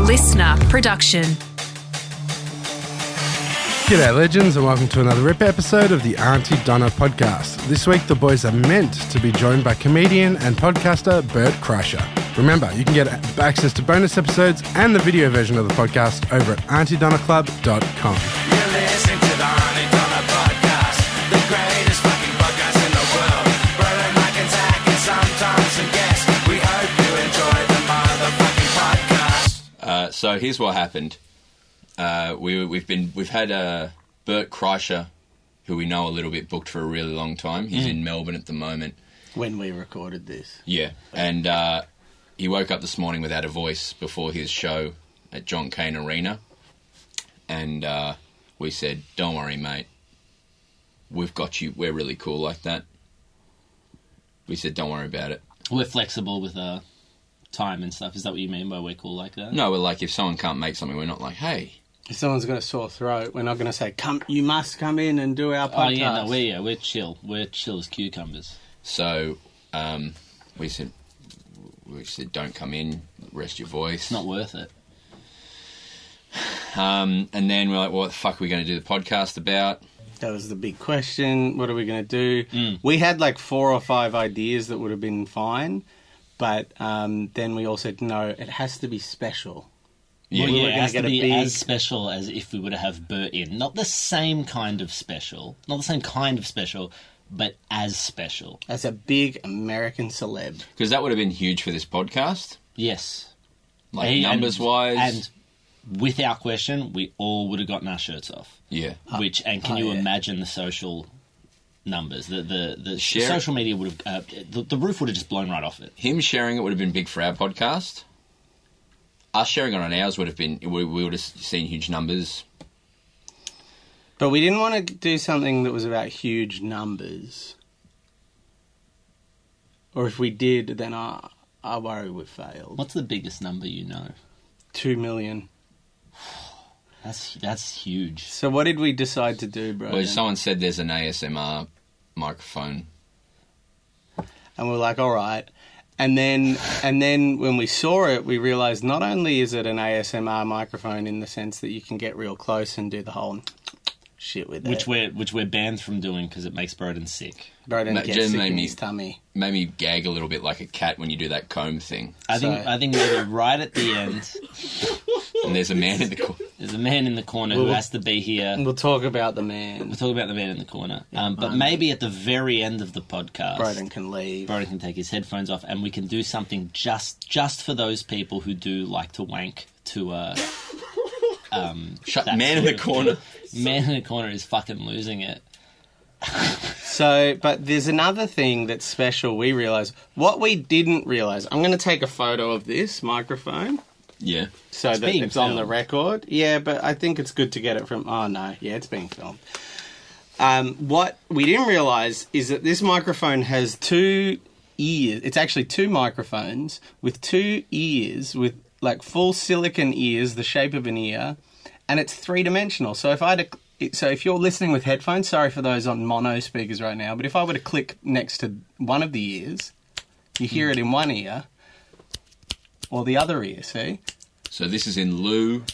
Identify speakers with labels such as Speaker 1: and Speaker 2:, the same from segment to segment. Speaker 1: listener production.
Speaker 2: G'day, legends, and welcome to another RIP episode of the Auntie Donna podcast. This week, the boys are meant to be joined by comedian and podcaster Bert Crusher. Remember, you can get access to bonus episodes and the video version of the podcast over at auntiedonnaclub.com.
Speaker 3: You listen to the Honey Donna podcast, the greatest fucking podcast in the world. Brian Mike and Zach and sometimes a guest. We hope you enjoy the motherfucking podcast.
Speaker 4: Uh, so here's what happened. Uh, we, we've been we've had uh, Bert Kreischer, who we know a little bit, booked for a really long time. He's in Melbourne at the moment.
Speaker 5: when we recorded this.
Speaker 4: Yeah, and uh, he woke up this morning without a voice before his show at John Cain Arena, and uh, we said, "Don't worry, mate. We've got you. We're really cool like that." We said, "Don't worry about it."
Speaker 6: We're flexible with uh, time and stuff. Is that what you mean by we're cool like that?
Speaker 4: No, we're like, if someone can't make something, we're not like, "Hey,
Speaker 5: If someone's got a sore throat, we're not going to say, "Come, you must come in and do our podcast."
Speaker 6: Oh yeah, no, we're yeah, we're chill. We're chill as cucumbers.
Speaker 4: So um, we said, we said, don't come in, rest your voice.
Speaker 6: It's not worth it.
Speaker 4: um, and then we're like, what the fuck are we going to do the podcast about?
Speaker 5: that was the big question. What are we going to do?
Speaker 6: Mm.
Speaker 5: We had like four or five ideas that would have been fine, but um, then we all said, "No, it has to be special."
Speaker 4: Yeah.
Speaker 6: Well,
Speaker 5: we
Speaker 6: yeah,
Speaker 5: were
Speaker 6: it
Speaker 5: gonna
Speaker 6: has
Speaker 5: get
Speaker 6: to
Speaker 5: a
Speaker 6: be
Speaker 5: big-
Speaker 6: as special as if we were to have Bert in. Not the same kind of special. Not the same kind of special, but as special.
Speaker 5: As a big American celeb,
Speaker 4: Because that would have been huge for this podcast,
Speaker 6: Yes.
Speaker 4: like
Speaker 6: He-
Speaker 4: numbers
Speaker 6: and-
Speaker 4: wise.
Speaker 6: And without question, we all would have gotten our shirts off.
Speaker 4: yeah.
Speaker 6: Which and can
Speaker 5: oh,
Speaker 6: you
Speaker 5: yeah.
Speaker 6: imagine the social numbers? The the the
Speaker 4: Share-
Speaker 6: social media would have uh, the, the roof would have just blown right off it.
Speaker 4: Him sharing it would have been big for our podcast. Us sharing it on ours would have been, we, we would have seen huge numbers.
Speaker 5: but we didn't want to do something that was about huge numbers. Or if we did, then I, I worry we failed.
Speaker 6: What's the biggest number you know?
Speaker 5: Two million.
Speaker 6: That's that's huge.
Speaker 5: So what did we decide to do, bro?
Speaker 4: Well, someone said there's an ASMR microphone.
Speaker 5: and we are like, all right. And then, and then when we saw it, we realized not only is it an ASMR microphone in the sense that you can get real close and do the whole shit with
Speaker 6: Which
Speaker 5: it,
Speaker 6: we're which we're banned from doing because it makes Broden sick.
Speaker 5: Broden
Speaker 4: That
Speaker 5: gets
Speaker 4: just
Speaker 5: sick
Speaker 4: made
Speaker 5: in
Speaker 4: me-
Speaker 5: his tummy.
Speaker 4: Made me gag a little bit like a cat when you do that comb thing.
Speaker 6: I think
Speaker 5: So-
Speaker 6: I think maybe right at the end,
Speaker 4: And there's a man in the corner.
Speaker 6: there's a man in the corner who has to be here.
Speaker 5: We'll talk about the
Speaker 6: We'll
Speaker 5: man.
Speaker 6: talk about the man in the corner, um, but maybe at the very end of the podcast,
Speaker 5: Broden can leave.
Speaker 6: Broden can take his headphones off, and we can do something just just for those people who do like to wank. To uh,
Speaker 4: Shut
Speaker 6: That's
Speaker 4: man in the
Speaker 6: good.
Speaker 4: corner.
Speaker 6: man in the corner is fucking losing it.
Speaker 5: So, but there's another thing that's special. We realize what we didn't realize. I'm going to take a photo of this microphone.
Speaker 4: Yeah.
Speaker 5: so that
Speaker 6: being
Speaker 5: it's on the
Speaker 6: filmed.
Speaker 5: record. Yeah, but I think it's good to get it from. Oh no, yeah, it's being filmed. Um, what we didn't realize is that this microphone has two ears. It's actually two microphones with two ears with like full silicon ears, the shape of an ear, and it's three dimensional. So if I had to, so if you're listening with headphones, sorry for those on mono speakers right now, but if I were to click next to one of the ears, you hear it in one ear or the other ear. See.
Speaker 4: So this is in lieu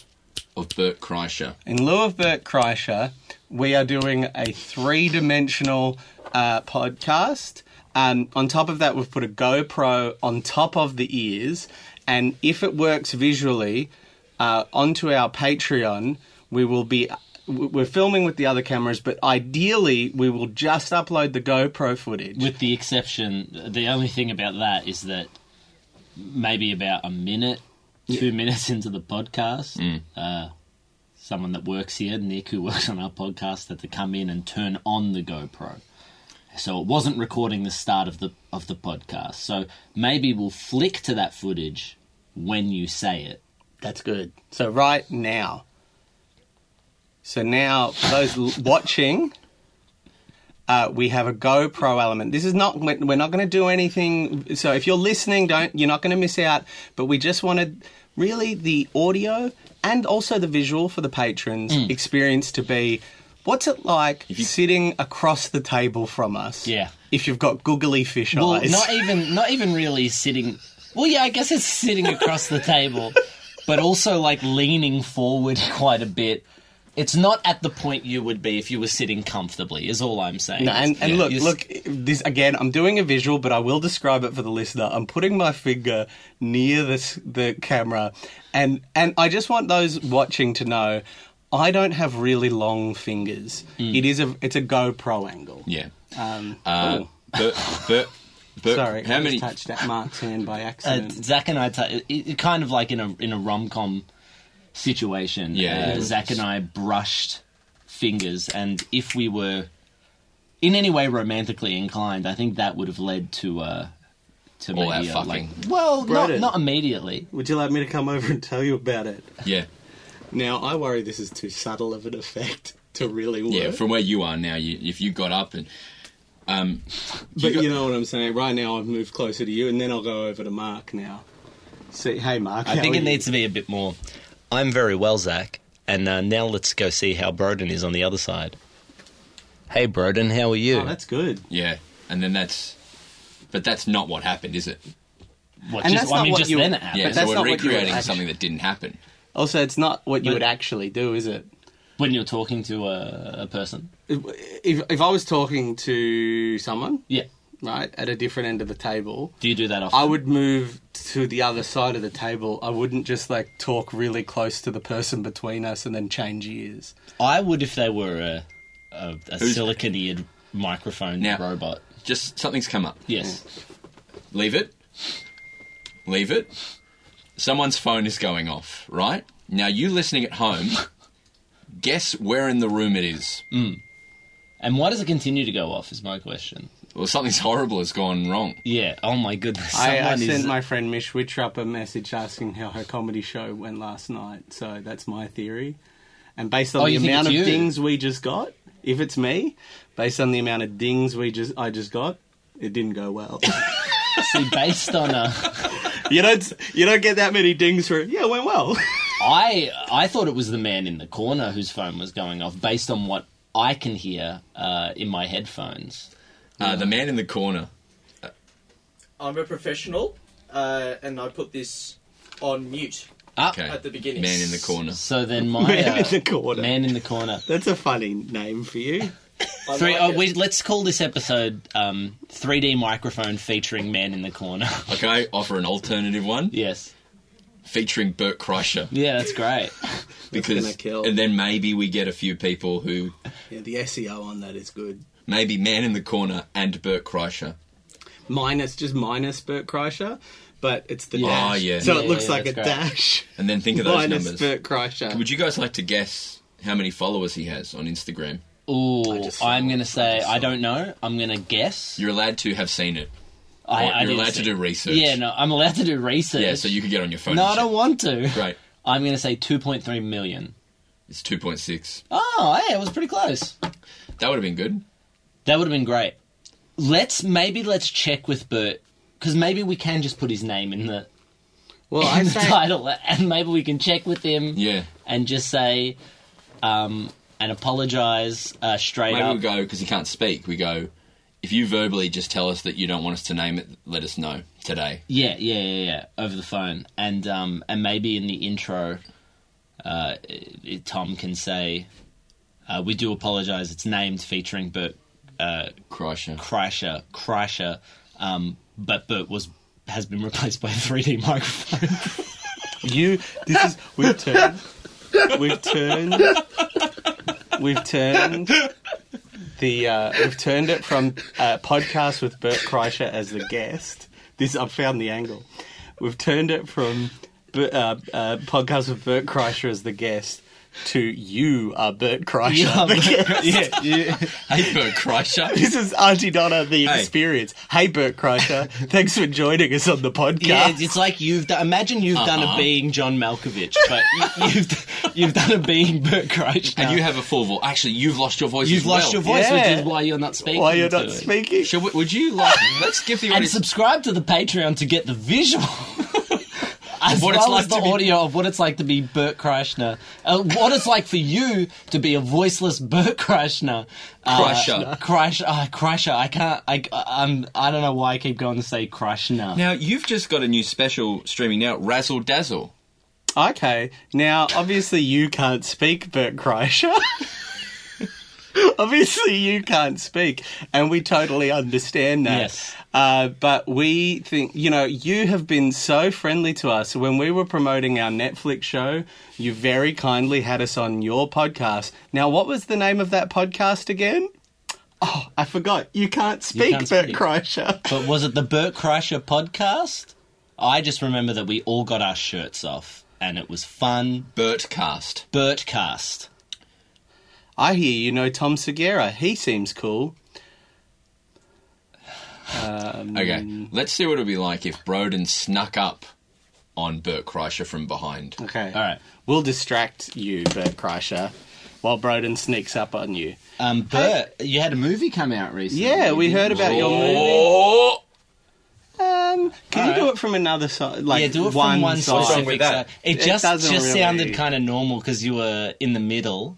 Speaker 4: of Bert Kreischer.
Speaker 5: In lieu of Bert Kreischer, we are doing a three dimensional uh, podcast. Um, on top of that, we've put a GoPro on top of the ears. And if it works visually, uh, onto our Patreon, we will be. We're filming with the other cameras, but ideally, we will just upload the GoPro footage.
Speaker 6: With the exception, the only thing about that is that maybe about a minute, two minutes into the podcast, uh, someone that works here, Nick, who works on our podcast, had to come in and turn on the GoPro. So it wasn't recording the start of the of the podcast. So maybe we'll flick to that footage when you say it.
Speaker 5: That's good. So right now. So now, for those l- watching, uh, we have a GoPro element. This is not we're we're not going to do anything. So if you're listening, don't you're not going to miss out. But we just wanted really the audio and also the visual for the patrons
Speaker 6: Mm.
Speaker 5: experience to be. What's it like sitting across the table from us?
Speaker 6: Yeah.
Speaker 5: If you've got googly fish
Speaker 6: Well,
Speaker 5: eyes.
Speaker 6: not even not even really sitting. Well, yeah, I guess it's sitting across the table, but also like leaning forward quite a bit. It's not at the point you would be if you were sitting comfortably. Is all I'm saying.
Speaker 5: No, and, and
Speaker 4: Yeah.
Speaker 5: look,
Speaker 6: You're s-
Speaker 5: look, this again, I'm doing a visual, but I will describe it for the listener. I'm putting my finger near this, the camera, and, and I just want those watching to know I don't have really long fingers. It is a, it's a GoPro angle.
Speaker 4: Mm. Yeah.
Speaker 5: Um,
Speaker 4: Uh,
Speaker 5: oh,
Speaker 4: Bert, Bert, Bert,
Speaker 5: sorry,
Speaker 4: how
Speaker 5: I
Speaker 4: many?
Speaker 5: just touched that Mark's hand by
Speaker 6: uh,
Speaker 5: accident.
Speaker 6: Zach and I, t- it, it kind of like in a in a rom com situation.
Speaker 4: Yeah.
Speaker 6: uh, Zach and I brushed fingers, and if we were in any way romantically inclined, I think that would have led to uh, to
Speaker 4: All
Speaker 6: maybe
Speaker 4: that
Speaker 6: a,
Speaker 4: fucking.
Speaker 6: like well, not
Speaker 5: Brennan.
Speaker 6: not immediately.
Speaker 5: Would you like me to come over and tell you about it?
Speaker 4: Yeah.
Speaker 5: Now, I worry this is too subtle of an effect to really work.
Speaker 4: Yeah. From where you are now, you, if you got up and um,
Speaker 5: But
Speaker 4: got-
Speaker 5: you know what I'm saying. Right now, I've moved closer to you, and then I'll go over to Mark now. See, hey, Mark.
Speaker 6: I think it needs to be a bit more. I'm very well, Zach, and uh, now let's go see how Broden is on the other side. Hey, Broden, how are you?
Speaker 5: Oh, that's good.
Speaker 4: yeah, and then that's, but that's not what happened, is it?
Speaker 6: What,
Speaker 5: And
Speaker 6: just-
Speaker 5: that's
Speaker 6: I
Speaker 5: not
Speaker 6: mean,
Speaker 5: what
Speaker 6: just
Speaker 5: you-
Speaker 6: then it happened.
Speaker 4: Yeah.
Speaker 5: But that's
Speaker 4: so
Speaker 5: not
Speaker 4: we're
Speaker 5: what you were
Speaker 4: recreating
Speaker 5: actu-
Speaker 4: something that didn't happen.
Speaker 5: Also, it's not what you
Speaker 6: But-
Speaker 5: would actually do, is it?
Speaker 6: When you're talking to a, a person.
Speaker 5: If, if if I was talking to someone,
Speaker 6: Yeah.
Speaker 5: right, at a different end of the table,
Speaker 6: Do you do that often?
Speaker 5: I would move to the other side of the table. I wouldn't just like talk really close to the person between us and then change ears.
Speaker 6: I would if they were a, a, a
Speaker 4: Who's-
Speaker 6: silicon-eared microphone
Speaker 4: Now-
Speaker 6: robot.
Speaker 4: Just something's come up.
Speaker 6: Yes.
Speaker 4: Leave it. Leave it. Someone's phone is going off, right? Now you listening at home, guess where in the room it is.
Speaker 5: Mm.
Speaker 6: And why does it continue to go off? Is my question.
Speaker 4: Well, something's horrible has gone wrong.
Speaker 6: Yeah. Oh my goodness.
Speaker 5: I, I
Speaker 6: someone is-
Speaker 5: sent my friend Mish Witrup a message asking how her comedy show went last night. So that's my theory. And based on
Speaker 6: Oh,
Speaker 5: the
Speaker 6: you think
Speaker 5: amount of
Speaker 6: it's you?
Speaker 5: dings we just got, if it's me, based on the amount of dings we just I just got, it didn't go well.
Speaker 6: See, based on a.
Speaker 5: you don't you don't get that many dings for yeah, it went well.
Speaker 6: I I thought it was the man in the corner whose phone was going off, based on what I can hear uh, in my headphones.
Speaker 4: Uh, the man in the corner.
Speaker 1: I'm a professional, uh, and I put this on mute.
Speaker 6: Ah,
Speaker 4: Okay.
Speaker 1: At the beginning.
Speaker 4: Man in the corner.
Speaker 6: So then my
Speaker 5: Man
Speaker 6: uh,
Speaker 5: in the corner.
Speaker 6: Man in the corner.
Speaker 5: That's a funny name for you.
Speaker 1: I
Speaker 6: Three,
Speaker 1: like
Speaker 6: oh,
Speaker 1: it.
Speaker 6: we, let's call this episode um, 3D microphone featuring Man in the Corner.
Speaker 4: Okay, offer an alternative one
Speaker 6: yes.
Speaker 4: featuring Bert Kreischer
Speaker 6: Yeah, that's great.
Speaker 4: because,
Speaker 5: gonna kill.
Speaker 4: and then maybe we get a few people who
Speaker 5: Yeah, the SEO on that is good.
Speaker 4: maybe man in the corner and Bert Kreischer.
Speaker 5: Minus just minus Bert Kreischer, but it's the
Speaker 4: Yeah.
Speaker 5: dash.
Speaker 4: Oh, yeah.
Speaker 5: So it
Speaker 6: Yeah,
Speaker 5: looks
Speaker 6: yeah,
Speaker 5: like a
Speaker 6: that's great.
Speaker 5: dash.
Speaker 4: And then think of those
Speaker 5: Minus
Speaker 4: numbers.
Speaker 5: Bert Kreischer.
Speaker 4: Would you guys like to guess how many followers he has on Instagram?
Speaker 6: Ooh,
Speaker 5: just saw
Speaker 6: I'm
Speaker 5: it.
Speaker 6: going to say,
Speaker 5: just
Speaker 6: I don't know. I'm going to guess.
Speaker 4: You're allowed to have seen it.
Speaker 6: I,
Speaker 4: Or
Speaker 6: I
Speaker 4: you're
Speaker 6: didn't
Speaker 4: allowed to
Speaker 6: see-
Speaker 4: do research.
Speaker 6: Yeah, no, I'm allowed to do research.
Speaker 4: Yeah, so you could get on your phone.
Speaker 6: No,
Speaker 4: and
Speaker 6: I don't
Speaker 4: shit.
Speaker 6: want to.
Speaker 4: Great.
Speaker 6: I'm going to say 2.3 million.
Speaker 4: It's 2.6.
Speaker 6: Oh, hey, it was pretty close.
Speaker 4: That would have been good.
Speaker 6: That would have been great. Let's maybe let's check with Bert because maybe we can just put his name in the,
Speaker 5: well,
Speaker 6: in
Speaker 5: I
Speaker 6: the
Speaker 5: say
Speaker 6: title, and maybe we can check with him
Speaker 4: Yeah.
Speaker 6: and just say um, and apologize uh, straight
Speaker 4: Maybe
Speaker 6: up.
Speaker 4: we go, because he can't speak, we go, if you verbally just tell us that you don't want us to name it, let us know today.
Speaker 6: Yeah, yeah, yeah, yeah, over the phone, and um, and maybe in the intro, uh, it, it- Tom can say, uh, "We do apologize. It's named featuring Bert uh,
Speaker 4: Kreischer.
Speaker 6: Kreischer, Kreischer, um, but Bert was has been replaced by a 3D microphone."
Speaker 5: You. This is. We've turned. We've turned. We've turned. The uh, we've turned it from uh, podcast with Bert Kreischer as the guest. This I've found the angle. We've turned it from B- uh, uh, podcast with Bert Kreischer as the guest to you are Bert Kreischer.
Speaker 6: You are
Speaker 5: the
Speaker 6: Bert-
Speaker 5: guest.
Speaker 6: yeah,
Speaker 4: Hey, Bert Kreischer.
Speaker 5: This is Auntie Donna, the
Speaker 4: Hey.
Speaker 5: experience. Hey, Bert Kreischer, thanks for joining us on the podcast.
Speaker 6: Yeah, it's like you've done. Imagine you've done
Speaker 4: Uh-huh.
Speaker 6: a being John Malkovich, but you, you've you've done a being Bert Kreischer.
Speaker 4: And you have a full voice. Actually, you've lost your voice.
Speaker 6: You've
Speaker 4: as
Speaker 6: lost
Speaker 4: well.
Speaker 6: your voice,
Speaker 5: Yeah.
Speaker 6: which is why you're not speaking.
Speaker 5: Why you're
Speaker 6: to
Speaker 5: not
Speaker 6: it.
Speaker 5: speaking?
Speaker 4: Should we- would you like? Let's give the
Speaker 6: And
Speaker 4: audience.
Speaker 6: subscribe to the Patreon to get the visual. As
Speaker 4: what it's
Speaker 6: well
Speaker 4: like
Speaker 6: as the
Speaker 4: to be-
Speaker 6: audio of what it's like to be Bert Kreischer, uh, what it's like for you to be a voiceless Bert Kreischer, uh,
Speaker 4: Kreischer.
Speaker 6: Kreisch, uh, Kreischer. I can't. I, I'm. I don't know why I keep going to say Kreischer.
Speaker 4: now you've just got a new special streaming now, Razzle Dazzle.
Speaker 5: Okay, now obviously you can't speak, Bert Kreischer. obviously you can't speak, and we totally understand that.
Speaker 6: Yes.
Speaker 5: Uh, but we think, you know, you have been so friendly to us. When we were promoting our Netflix show, you very kindly had us on your podcast. Now, what was the name of that podcast again? Oh, I forgot. You can't speak,
Speaker 6: Can't
Speaker 5: Bert
Speaker 6: Speak.
Speaker 5: Kreischer.
Speaker 6: But was it the Burt Kreischer podcast? I just remember that we all got our shirts off and it was fun.
Speaker 4: Bert cast.
Speaker 6: Burtcast.
Speaker 5: I hear you know Tom Segura. He seems cool.
Speaker 4: Okay, let's see what it'd be like if Broden snuck up on Bert Kreischer from behind.
Speaker 5: Okay.
Speaker 6: All right.
Speaker 5: We'll distract you, Bert Kreischer, while Broden sneaks up on you.
Speaker 6: Um, Bert, you had a movie come out recently.
Speaker 5: Yeah, we heard about your movie.
Speaker 4: Oh!
Speaker 5: Um, can you
Speaker 6: Alright.
Speaker 5: do it from another side? Like
Speaker 6: yeah, do it
Speaker 5: one
Speaker 6: from one
Speaker 5: side.
Speaker 6: specific
Speaker 1: with that?
Speaker 6: side. It
Speaker 5: It
Speaker 6: just
Speaker 5: doesn't
Speaker 6: just
Speaker 5: really-
Speaker 6: sounded kind of normal because you were in the middle.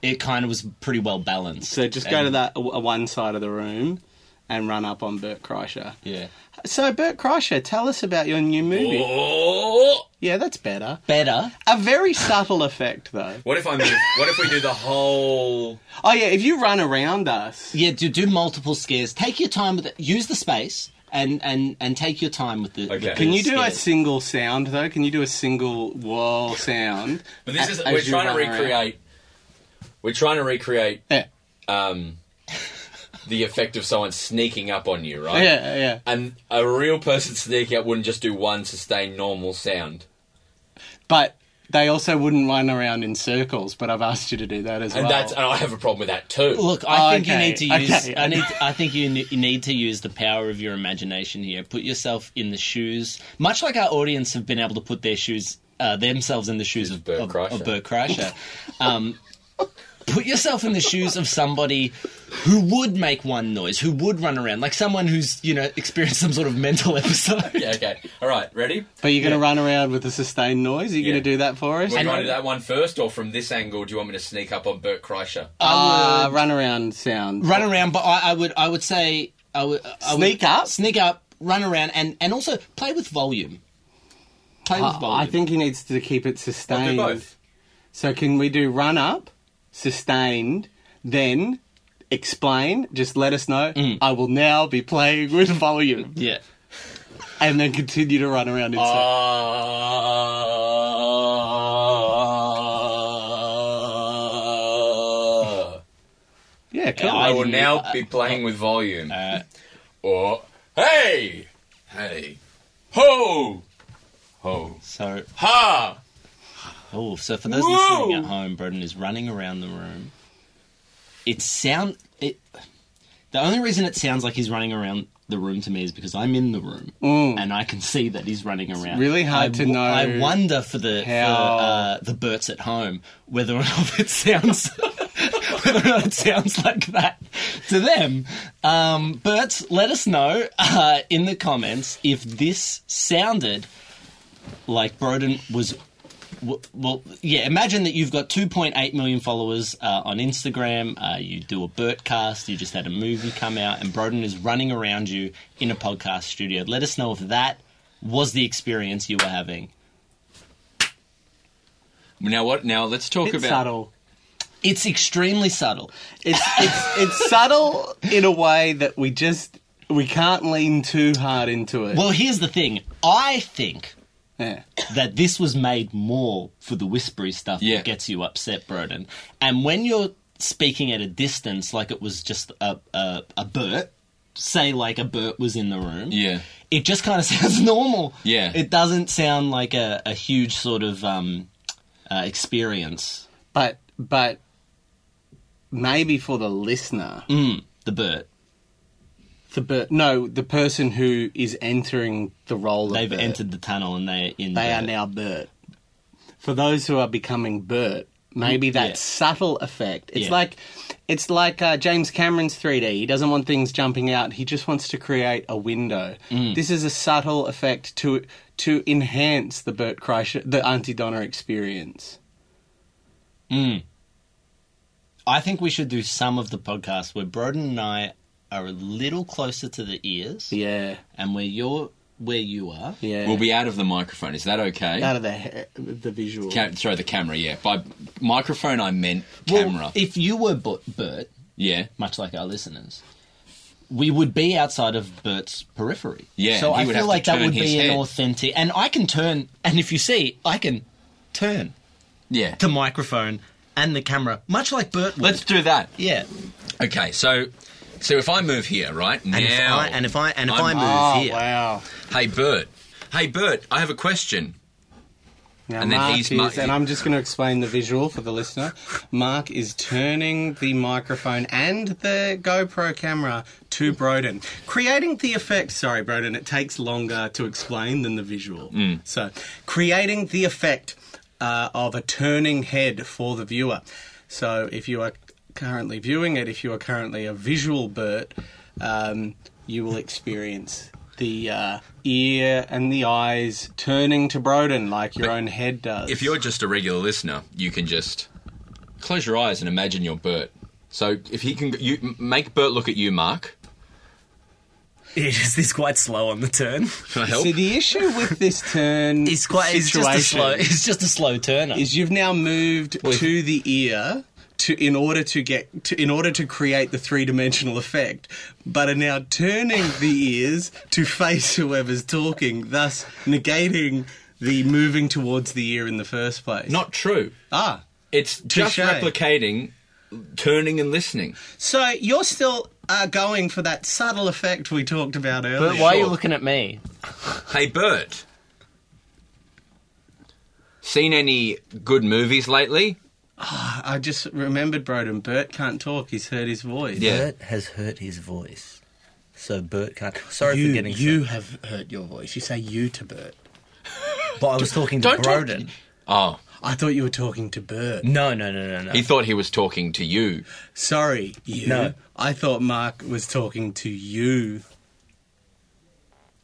Speaker 6: It kind of was pretty well balanced.
Speaker 5: So just go to
Speaker 6: And-
Speaker 5: that uh, one side of the room and run up on Bert Kreischer.
Speaker 6: Yeah,
Speaker 5: So Bert Kreischer, tell us about your new movie.
Speaker 4: Oh!
Speaker 5: Yeah, that's better.
Speaker 6: better.
Speaker 5: A very subtle effect, though.
Speaker 1: What if I move? What if we do the whole?
Speaker 5: Oh yeah, if you run around us,
Speaker 6: Yeah, do do multiple scares. Take your time with it. Use the space and and and take your time with the.
Speaker 1: Okay.
Speaker 6: the
Speaker 5: Can you do a
Speaker 6: scares.
Speaker 5: single sound though? Can you do a single wall sound?
Speaker 4: But this is
Speaker 5: a-
Speaker 4: we're
Speaker 5: as you
Speaker 4: trying to
Speaker 5: run around?
Speaker 4: recreate. We're trying to recreate
Speaker 5: Yeah,
Speaker 4: um, the effect of someone sneaking up on you, right?
Speaker 5: yeah, yeah.
Speaker 4: And a real person sneaking up wouldn't just do one sustained normal sound.
Speaker 5: But they also wouldn't run around in circles. But I've asked you to do that as
Speaker 4: And
Speaker 5: well.
Speaker 4: that's and I have a problem with that too.
Speaker 6: Look, I
Speaker 5: Oh,
Speaker 6: think
Speaker 5: okay,
Speaker 6: you need to use.
Speaker 5: okay.
Speaker 6: I need. I think you, ne- you need to use the power of your imagination here. Put yourself in the shoes, much like our audience have been able to put their shoes uh, themselves in the shoes of
Speaker 4: Bert
Speaker 6: of,
Speaker 4: Kreischer.
Speaker 6: of Bert Kreischer. um, put yourself in the shoes of somebody who would make one noise, who would run around, like someone who's you know experienced some sort of mental episode.
Speaker 4: Yeah, okay. All right, ready?
Speaker 5: but you're going to run around with a sustained noise. Are you
Speaker 4: Yeah.
Speaker 5: going to do that for us?
Speaker 4: We're going to do that one first, or from this angle, do you want me to sneak up on Bert Kreischer?
Speaker 5: Uh, run around sound.
Speaker 6: run around, but I, I would I would say I would I would-
Speaker 5: Sneak up?
Speaker 6: sneak up, run around, and and also play with volume. Play with
Speaker 5: Ah, Uh, I,
Speaker 6: volume.
Speaker 5: I think he needs to keep it
Speaker 1: I'll do
Speaker 5: sustained.
Speaker 1: both.
Speaker 5: So can we do run up, sustained, then explain? Just let us know. I will now be playing with volume,
Speaker 6: yeah.
Speaker 5: and then continue to run around in
Speaker 4: Oh,
Speaker 5: circles.
Speaker 4: Uh,
Speaker 5: Yeah, cool.
Speaker 4: I will now be playing with volume.
Speaker 6: Uh,
Speaker 4: Or hey, hey, ho, ho,
Speaker 6: so
Speaker 4: ha.
Speaker 6: oh, so for those
Speaker 4: Whoa!
Speaker 6: listening at home, Broden is running around the room. It sound it. The only reason it sounds like he's running around the room to me is because I'm in the room
Speaker 4: Mm.
Speaker 6: and I can see that he's running around.
Speaker 5: really hard
Speaker 6: I
Speaker 5: to
Speaker 6: w-
Speaker 5: know
Speaker 6: I wonder for the
Speaker 5: how-
Speaker 6: for, uh, the Berts at home whether or not it sounds whether or not it sounds like that to them. Um, Berts, let us know uh, in the comments if this sounded like Broden was. w- Well, yeah. Imagine that you've got 2.8 million followers uh, on Instagram. Uh, you do a Burtcast. You just had a movie come out, and Broden is running around you in a podcast studio. Let us know if that was the experience you were having.
Speaker 4: Now what? Now let's talk
Speaker 5: It's
Speaker 4: about.
Speaker 5: subtle.
Speaker 6: It's extremely subtle.
Speaker 5: It's it's it's subtle in a way that we just we can't lean too hard into it.
Speaker 6: Well, here's the thing. I think
Speaker 5: yeah.
Speaker 6: that this was made more for the whispery stuff
Speaker 4: Yeah.
Speaker 6: that gets you upset, Broden. And when you're speaking at a distance, like it was just a a, a Bert, say like a Bert was in the room.
Speaker 4: Yeah.
Speaker 6: It just kind of sounds normal.
Speaker 4: Yeah.
Speaker 6: It doesn't sound like a, a huge sort of um, uh, experience.
Speaker 5: But but maybe for the listener,
Speaker 6: Mm, the Bert.
Speaker 5: the per- no, the person who is entering the role
Speaker 6: They've
Speaker 5: of Bert,
Speaker 6: entered the tunnel and they're in.
Speaker 5: they
Speaker 6: Bert.
Speaker 5: are now Bert. For those who are becoming Bert, maybe that
Speaker 6: Mm, Yeah.
Speaker 5: subtle effect. It's
Speaker 6: Yeah.
Speaker 5: like it's like uh, James Cameron's 3D. He doesn't want things jumping out. He just wants to create a window.
Speaker 6: Mm.
Speaker 5: This is a subtle effect to to enhance the Bert Kreischer, the Auntie Donna experience.
Speaker 6: I think we should do some of the podcasts where Broden and I are a little closer to the ears,
Speaker 5: Yeah.
Speaker 6: and where you're where you are.
Speaker 5: Yeah.
Speaker 4: We'll be out of the microphone. Is that okay?
Speaker 5: out of the he- the visual.
Speaker 4: Ca- throw the camera, yeah. By microphone, I meant
Speaker 6: Well,
Speaker 4: camera.
Speaker 6: if you were Bu- Bert,
Speaker 4: yeah.
Speaker 6: much like our listeners, we would be outside of Bert's periphery.
Speaker 4: Yeah,
Speaker 6: So
Speaker 4: and he
Speaker 6: I
Speaker 4: would have
Speaker 6: feel
Speaker 4: to
Speaker 6: like that
Speaker 4: turn
Speaker 6: would
Speaker 4: his
Speaker 6: be an
Speaker 4: head.
Speaker 6: authentic. And I can turn. And if you see, I can turn
Speaker 4: Yeah.
Speaker 6: the microphone and the camera, much like Bert would.
Speaker 4: Let's do that.
Speaker 6: yeah.
Speaker 4: Okay, so so if I move here, right?
Speaker 6: And if
Speaker 4: now.
Speaker 6: I and if I and if i
Speaker 4: I'm-
Speaker 6: move
Speaker 5: Oh
Speaker 6: here,
Speaker 5: wow!
Speaker 4: hey, Bert. Hey, Bert, I have a question.
Speaker 5: Now
Speaker 4: And then
Speaker 5: Mark
Speaker 4: he's
Speaker 5: is,
Speaker 4: Mark-
Speaker 5: and I'm just going to explain the visual for the listener. Mark is turning the microphone and the GoPro camera to Broden, creating the effect. Sorry, Broden, it takes longer to explain than the visual.
Speaker 4: Mm.
Speaker 5: So, creating the effect uh, of a turning head for the viewer. So, if you are currently viewing it, if you are currently a visual Bert, um, you will experience the uh, ear and the eyes turning to Broden like your own head does.
Speaker 4: If you're just a regular listener, you can just close your eyes and imagine you're Bert. So if he can, you m- make Bert look at you, Mark.
Speaker 7: Is this quite slow on the turn?
Speaker 4: Can I help?
Speaker 5: See, the issue with this turn
Speaker 6: it's quite. It's just a
Speaker 5: situation
Speaker 6: slow. It's just a slow turner.
Speaker 5: is you've now moved to the ear to in order to get to, in order to create the three dimensional effect, but are now turning the ears to face whoever's talking, thus negating the moving towards the ear in the first place.
Speaker 4: Not true.
Speaker 5: ah.
Speaker 4: It's just
Speaker 5: Touche.
Speaker 4: replicating, turning and listening.
Speaker 5: So you're still uh, going for that subtle effect we talked about earlier.
Speaker 6: But why are you
Speaker 4: sure.
Speaker 6: looking at me?
Speaker 4: Hey, Bert. Seen any good movies lately?
Speaker 5: I just remembered Broden. Bert can't talk. He's heard his voice.
Speaker 7: Bert has hurt his voice. So Bert can't. Sorry
Speaker 5: You,
Speaker 7: for getting.
Speaker 5: you have heard your voice. You say you to Bert.
Speaker 7: sick. But I was talking to
Speaker 4: don't talk-
Speaker 7: Broden.
Speaker 4: Oh,
Speaker 5: I thought you were talking to Bert.
Speaker 7: No, no, no, no, no.
Speaker 4: he thought he was talking to you.
Speaker 5: Sorry, you.
Speaker 7: No.
Speaker 5: I thought Mark was talking to you.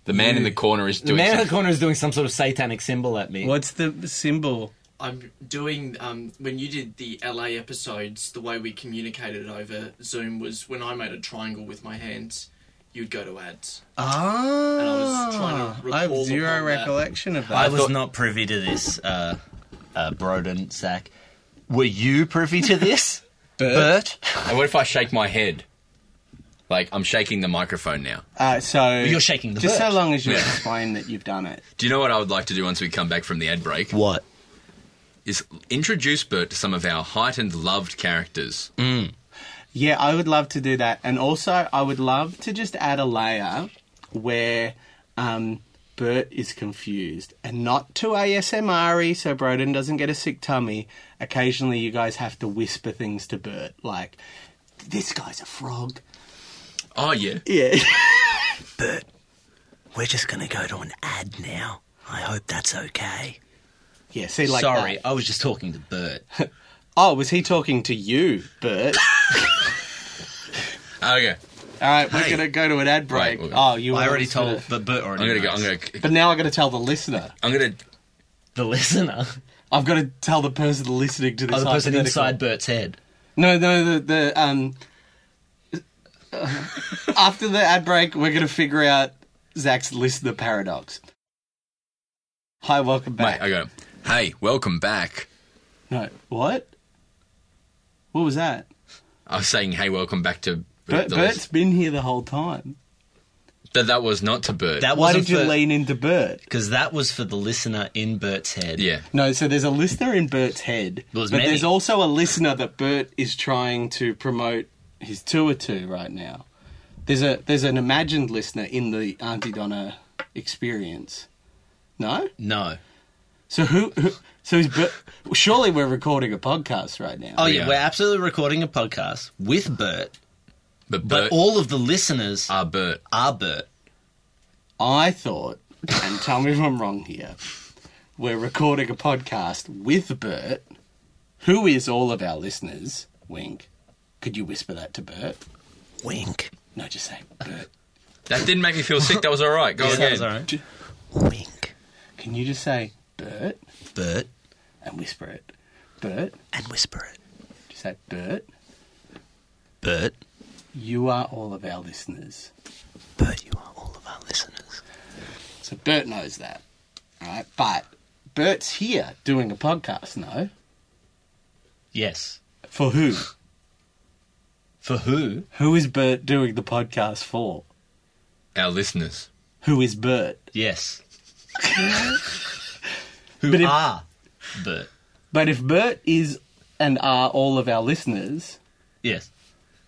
Speaker 4: The man in the corner is
Speaker 6: The
Speaker 4: doing
Speaker 6: man in the
Speaker 4: something.
Speaker 6: corner is doing some sort of satanic symbol at me.
Speaker 5: What's the symbol?
Speaker 1: I'm doing um, when you did the LA episodes. The way we communicated over Zoom was when I made a triangle with my hands. You'd go to ads.
Speaker 5: Ah.
Speaker 1: I was trying to
Speaker 5: I have
Speaker 1: recall
Speaker 5: zero
Speaker 1: upon that.
Speaker 5: recollection of
Speaker 6: I
Speaker 5: that.
Speaker 6: was not privy to this, uh, uh, Broden Zach. Were you privy to this, Bert?
Speaker 4: And what if I shake my head? Like I'm shaking the microphone now.
Speaker 5: Uh, so
Speaker 6: you're shaking the
Speaker 5: Just
Speaker 6: Bert.
Speaker 5: so long as you
Speaker 4: Yeah.
Speaker 5: explain that you've done it.
Speaker 4: Do you know what I would like to do once we come back from the ad break?
Speaker 6: What?
Speaker 4: Is introduce Bert to some of our heightened loved characters.
Speaker 6: Mm.
Speaker 5: Yeah, I would love to do that. And also, I would love to just add a layer where um, Bert is confused and not too ASMR y so Broden doesn't get a sick tummy. Occasionally, you guys have to whisper things to Bert, like, this guy's a frog.
Speaker 4: Oh yeah.
Speaker 5: Yeah.
Speaker 7: We're just going to go to an ad now. I hope that's okay.
Speaker 5: yeah, see, like.
Speaker 6: Sorry,
Speaker 5: that.
Speaker 6: I was just talking to Bert.
Speaker 5: Oh, was he talking to you, Bert?
Speaker 4: Okay.
Speaker 5: All right, we're
Speaker 6: Hey.
Speaker 5: going to go to an ad break.
Speaker 4: Right, we'll go.
Speaker 5: oh, you
Speaker 6: I
Speaker 5: were
Speaker 6: already
Speaker 5: listening
Speaker 6: told,
Speaker 5: to-
Speaker 6: but Bert already.
Speaker 4: I'm gonna go. I'm
Speaker 6: knows.
Speaker 4: gonna.
Speaker 5: But now i got to tell the listener.
Speaker 4: I'm gonna.
Speaker 6: The listener,
Speaker 5: I've got to tell the person listening to this.
Speaker 6: oh, the person
Speaker 5: hypothetical.
Speaker 6: inside Bert's head.
Speaker 5: No, no, the the um. uh, after the ad break, we're gonna figure out Zach's listener paradox. Hi, welcome
Speaker 4: Mate,
Speaker 5: back.
Speaker 4: I go. Hey, welcome back.
Speaker 5: No, what? What was that?
Speaker 4: I was saying, hey, welcome back to.
Speaker 5: Bert,
Speaker 4: the
Speaker 5: Bert's been here the whole time.
Speaker 4: That that was not to Bert.
Speaker 6: That
Speaker 5: Why
Speaker 6: wasn't
Speaker 5: did you
Speaker 6: for,
Speaker 5: lean into Bert?
Speaker 6: Because that was for the listener in Bert's head.
Speaker 4: yeah.
Speaker 5: No, so there's a listener in Bert's head,
Speaker 6: There was
Speaker 5: but
Speaker 6: many.
Speaker 5: there's also a listener that Bert is trying to promote his tour to right now. There's a there's an imagined listener in the Auntie Donna experience. No,
Speaker 6: No.
Speaker 5: So who? who so is Bert, surely we're recording a podcast right now.
Speaker 6: Oh
Speaker 4: We
Speaker 6: yeah,
Speaker 4: are.
Speaker 6: we're absolutely recording a podcast with Bert,
Speaker 4: But
Speaker 6: but
Speaker 4: Bert.
Speaker 6: all of the listeners
Speaker 4: are Bert.
Speaker 6: are Bert.
Speaker 5: I thought, and tell me if I'm wrong here, we're recording a podcast with Bert, who is all of our listeners. Wink. Could you whisper that to Bert?
Speaker 7: Wink.
Speaker 5: No, just say Bert.
Speaker 4: That didn't make me feel sick. That was all right. Go again.
Speaker 6: Sounds alright.
Speaker 7: Wink.
Speaker 5: Can you just say Bert
Speaker 6: Bert.
Speaker 5: and whisper it? Bert.
Speaker 7: And whisper it.
Speaker 5: Just say Bert.
Speaker 6: Bert.
Speaker 5: You are all of our listeners.
Speaker 7: Bert, you are all of our listeners.
Speaker 5: So So Bert knows that. Right? But Bert's here doing a podcast, no?
Speaker 6: Yes.
Speaker 5: For who?
Speaker 6: For who?
Speaker 5: who is Bert doing the podcast for?
Speaker 4: Our listeners.
Speaker 5: Who is Bert?
Speaker 6: Yes. who
Speaker 5: But if-
Speaker 6: are Ah. Bert?
Speaker 5: But if Bert is and are all of our listeners,
Speaker 6: Yes.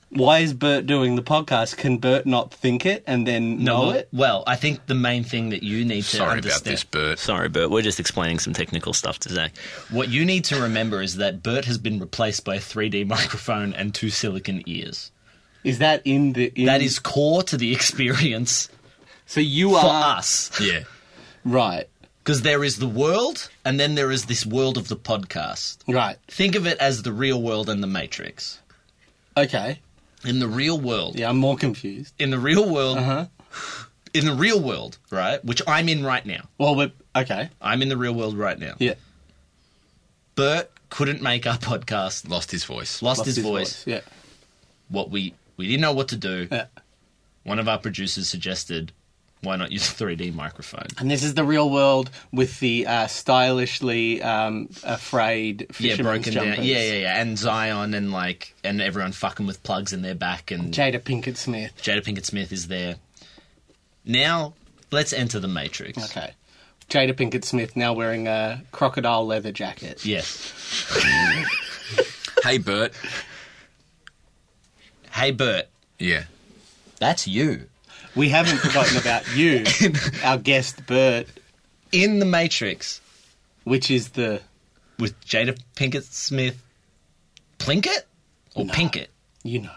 Speaker 5: why is Bert doing the podcast? Can Bert not think it and then know
Speaker 6: well,
Speaker 5: it?
Speaker 6: Well, I think the main thing that you need to
Speaker 4: Sorry
Speaker 6: understand.
Speaker 4: about this, Bert.
Speaker 7: Sorry, Bert. We're just explaining some technical stuff to Zach.
Speaker 6: What you need to remember is that Bert has been replaced by a 3D microphone and two silicon ears.
Speaker 5: Is that in the? In,
Speaker 6: That is core to the experience
Speaker 5: so you
Speaker 6: for
Speaker 5: are
Speaker 6: us.
Speaker 4: Yeah.
Speaker 5: right,
Speaker 6: Because there is the world, and then there is this world of the podcast.
Speaker 5: right,
Speaker 6: Think of it as the real world and the Matrix.
Speaker 5: okay.
Speaker 6: In the real world,
Speaker 5: Yeah, I'm more confused.
Speaker 6: in the real world,
Speaker 5: Uh-huh.
Speaker 6: in the real world, right? Which I'm in right now.
Speaker 5: Well, but okay,
Speaker 6: I'm in the real world right now.
Speaker 5: yeah.
Speaker 6: Bert couldn't make our podcast,
Speaker 4: Lost his voice.
Speaker 6: lost,
Speaker 5: Lost
Speaker 6: his, voice.
Speaker 5: Yeah,
Speaker 6: What we we didn't know what to do.
Speaker 5: yeah.
Speaker 6: One of our producers suggested, why not use a 3D microphone?
Speaker 5: And this is the real world with the uh, stylishly um, afraid
Speaker 6: Yeah,
Speaker 5: fisherman's
Speaker 6: broken
Speaker 5: jumpers.
Speaker 6: down. Yeah, yeah, yeah. And Zion and like and everyone fucking with plugs in their back and
Speaker 5: Jada Pinkett Smith.
Speaker 6: Jada Pinkett Smith is there. Now let's enter the Matrix.
Speaker 5: Okay. Jada Pinkett Smith now wearing a crocodile leather jacket.
Speaker 6: Yes.
Speaker 4: Hey, Bert.
Speaker 6: Hey Bert,
Speaker 4: Yeah.
Speaker 6: that's you.
Speaker 5: We haven't forgotten about you, our guest Bert,
Speaker 6: In the Matrix
Speaker 5: which is the
Speaker 6: with Jada Pinkett Smith Plinkett? Or Pinkett?
Speaker 5: you know.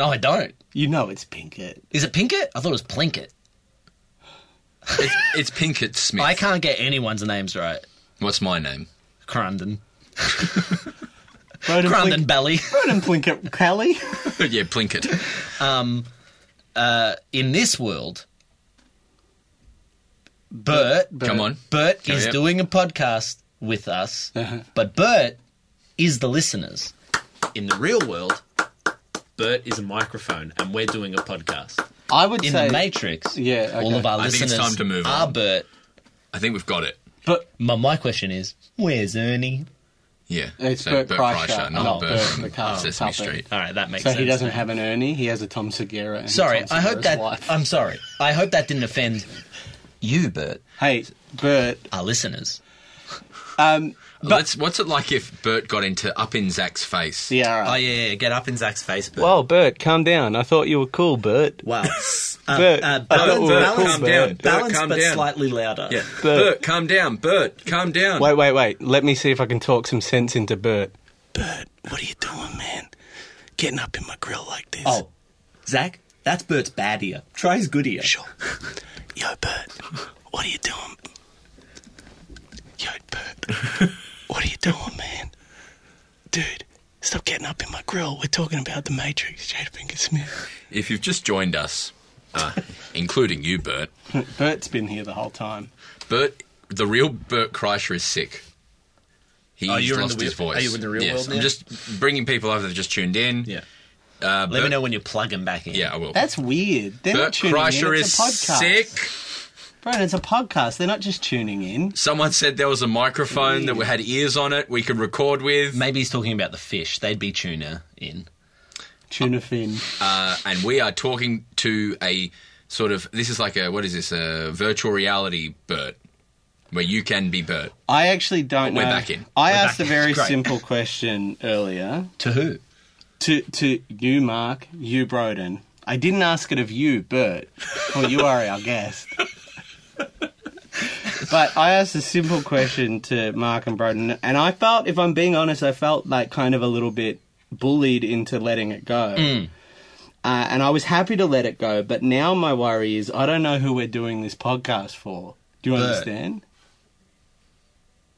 Speaker 6: No, I don't.
Speaker 5: You know it's Pinkett.
Speaker 6: Is it Pinkett? I thought it was Plinkett.
Speaker 4: It's, it's Pinkett Smith.
Speaker 6: I can't get anyone's names right.
Speaker 4: What's my name?
Speaker 6: Crandon.
Speaker 5: Roden
Speaker 6: Crandon Belly.
Speaker 5: Roden Plinkett Kelly.
Speaker 4: yeah, Plinkett.
Speaker 6: in this world, Bert,
Speaker 4: Come on. Uh-huh.
Speaker 6: Bert
Speaker 4: Hurry
Speaker 6: is
Speaker 4: up.
Speaker 6: doing a podcast with us, but Bert is the listeners. In the real world, Bert is a microphone, and we're doing a podcast.
Speaker 5: I would
Speaker 6: In
Speaker 5: say
Speaker 6: the Matrix,
Speaker 5: Yeah, okay.
Speaker 6: all of our
Speaker 4: I think
Speaker 6: listeners
Speaker 4: it's time to move
Speaker 6: are
Speaker 4: on.
Speaker 6: Bert.
Speaker 4: I think we've got it.
Speaker 5: but
Speaker 6: My, my question is, where's Ernie?
Speaker 4: Yeah.
Speaker 5: It's Bert Kreischer,
Speaker 4: not
Speaker 5: not
Speaker 4: Bert,
Speaker 5: Bert
Speaker 4: from
Speaker 5: the car-
Speaker 4: Sesame
Speaker 5: puppet.
Speaker 4: Street.
Speaker 6: All right, that makes
Speaker 5: so
Speaker 6: sense.
Speaker 5: he doesn't have an Ernie, he has a Tom Segura and
Speaker 6: Sorry,
Speaker 5: Tom
Speaker 6: I hope
Speaker 5: Segura's
Speaker 6: that.
Speaker 5: wife.
Speaker 6: I'm sorry. I hope that didn't offend you, Bert,
Speaker 5: Hey, Bert.
Speaker 6: our listeners.
Speaker 5: Um
Speaker 4: Let's, what's it like if Bert got into up in Zach's face?
Speaker 5: yeah, all
Speaker 6: Oh
Speaker 5: right.
Speaker 6: yeah, yeah, get up in Zach's face, Bert.
Speaker 5: Well, Bert, calm down. I thought you were cool, Bert.
Speaker 6: Wow. Uh,
Speaker 5: Bert,
Speaker 6: uh,
Speaker 5: I thought we were
Speaker 6: balance, balance,
Speaker 5: cool, Bert.
Speaker 4: Bert,
Speaker 6: balance
Speaker 4: calm
Speaker 6: but
Speaker 4: down.
Speaker 6: slightly louder.
Speaker 4: Yeah. Bert.
Speaker 5: Bert,
Speaker 4: calm down. Bert, calm down.
Speaker 5: Wait, wait, wait. Let me see if I can talk some sense into Bert.
Speaker 7: Bert, what are you doing, man? Getting up in my grill like this.
Speaker 6: Oh, Zach, that's Bert's bad ear. Try his good ear.
Speaker 7: sure. Yo, Bert, what are you doing? Yo, Bert, what are you doing, man? Dude, stop getting up in my grill. We're talking about the Matrix, Jada Pinkett Smith.
Speaker 4: If you've just joined us, uh, including you, Bert,
Speaker 5: Bert's been here the whole time.
Speaker 4: Bert, the real Bert Kreischer is sick. He's
Speaker 6: Oh, you're in
Speaker 4: lost
Speaker 6: the
Speaker 4: his
Speaker 6: real-
Speaker 4: voice.
Speaker 6: are you in the real
Speaker 4: yes,
Speaker 6: world
Speaker 4: I'm
Speaker 6: now?
Speaker 4: just bringing people over that have just tuned in.
Speaker 6: Yeah.
Speaker 4: Uh,
Speaker 6: Let
Speaker 4: Bert-
Speaker 6: me know when you plug him back in.
Speaker 4: Yeah, I will.
Speaker 5: That's weird. They're not
Speaker 4: Bert
Speaker 5: tuning
Speaker 4: Kreischer
Speaker 5: in.
Speaker 4: is
Speaker 5: It's a podcast.
Speaker 4: sick.
Speaker 5: Bro, it's a podcast. They're not just tuning in.
Speaker 4: Someone said there was a microphone that had ears on it we could record with,
Speaker 6: Maybe he's talking about the fish. They'd be tuna in.
Speaker 5: Tuna fin.
Speaker 4: uh, and we are talking to a sort of this is like a what is this a virtual reality Bert, where you can be Bert.
Speaker 5: I actually don't
Speaker 4: We're
Speaker 5: know.
Speaker 4: back in.
Speaker 5: I
Speaker 6: We're
Speaker 5: asked
Speaker 6: back
Speaker 5: a
Speaker 6: in.
Speaker 5: very
Speaker 6: Great.
Speaker 5: simple question earlier
Speaker 6: To who?
Speaker 5: to to you, Mark, you, Broden. I didn't ask it of you, Bert. Well, you are our guest. But I asked a simple question to Mark and Broden, and I felt, if I'm being honest, I felt like kind of a little bit bullied into letting it go. Uh, and I was happy to let it go, but now my worry is I don't know who we're doing this podcast for. Do you
Speaker 6: Bert.
Speaker 5: understand?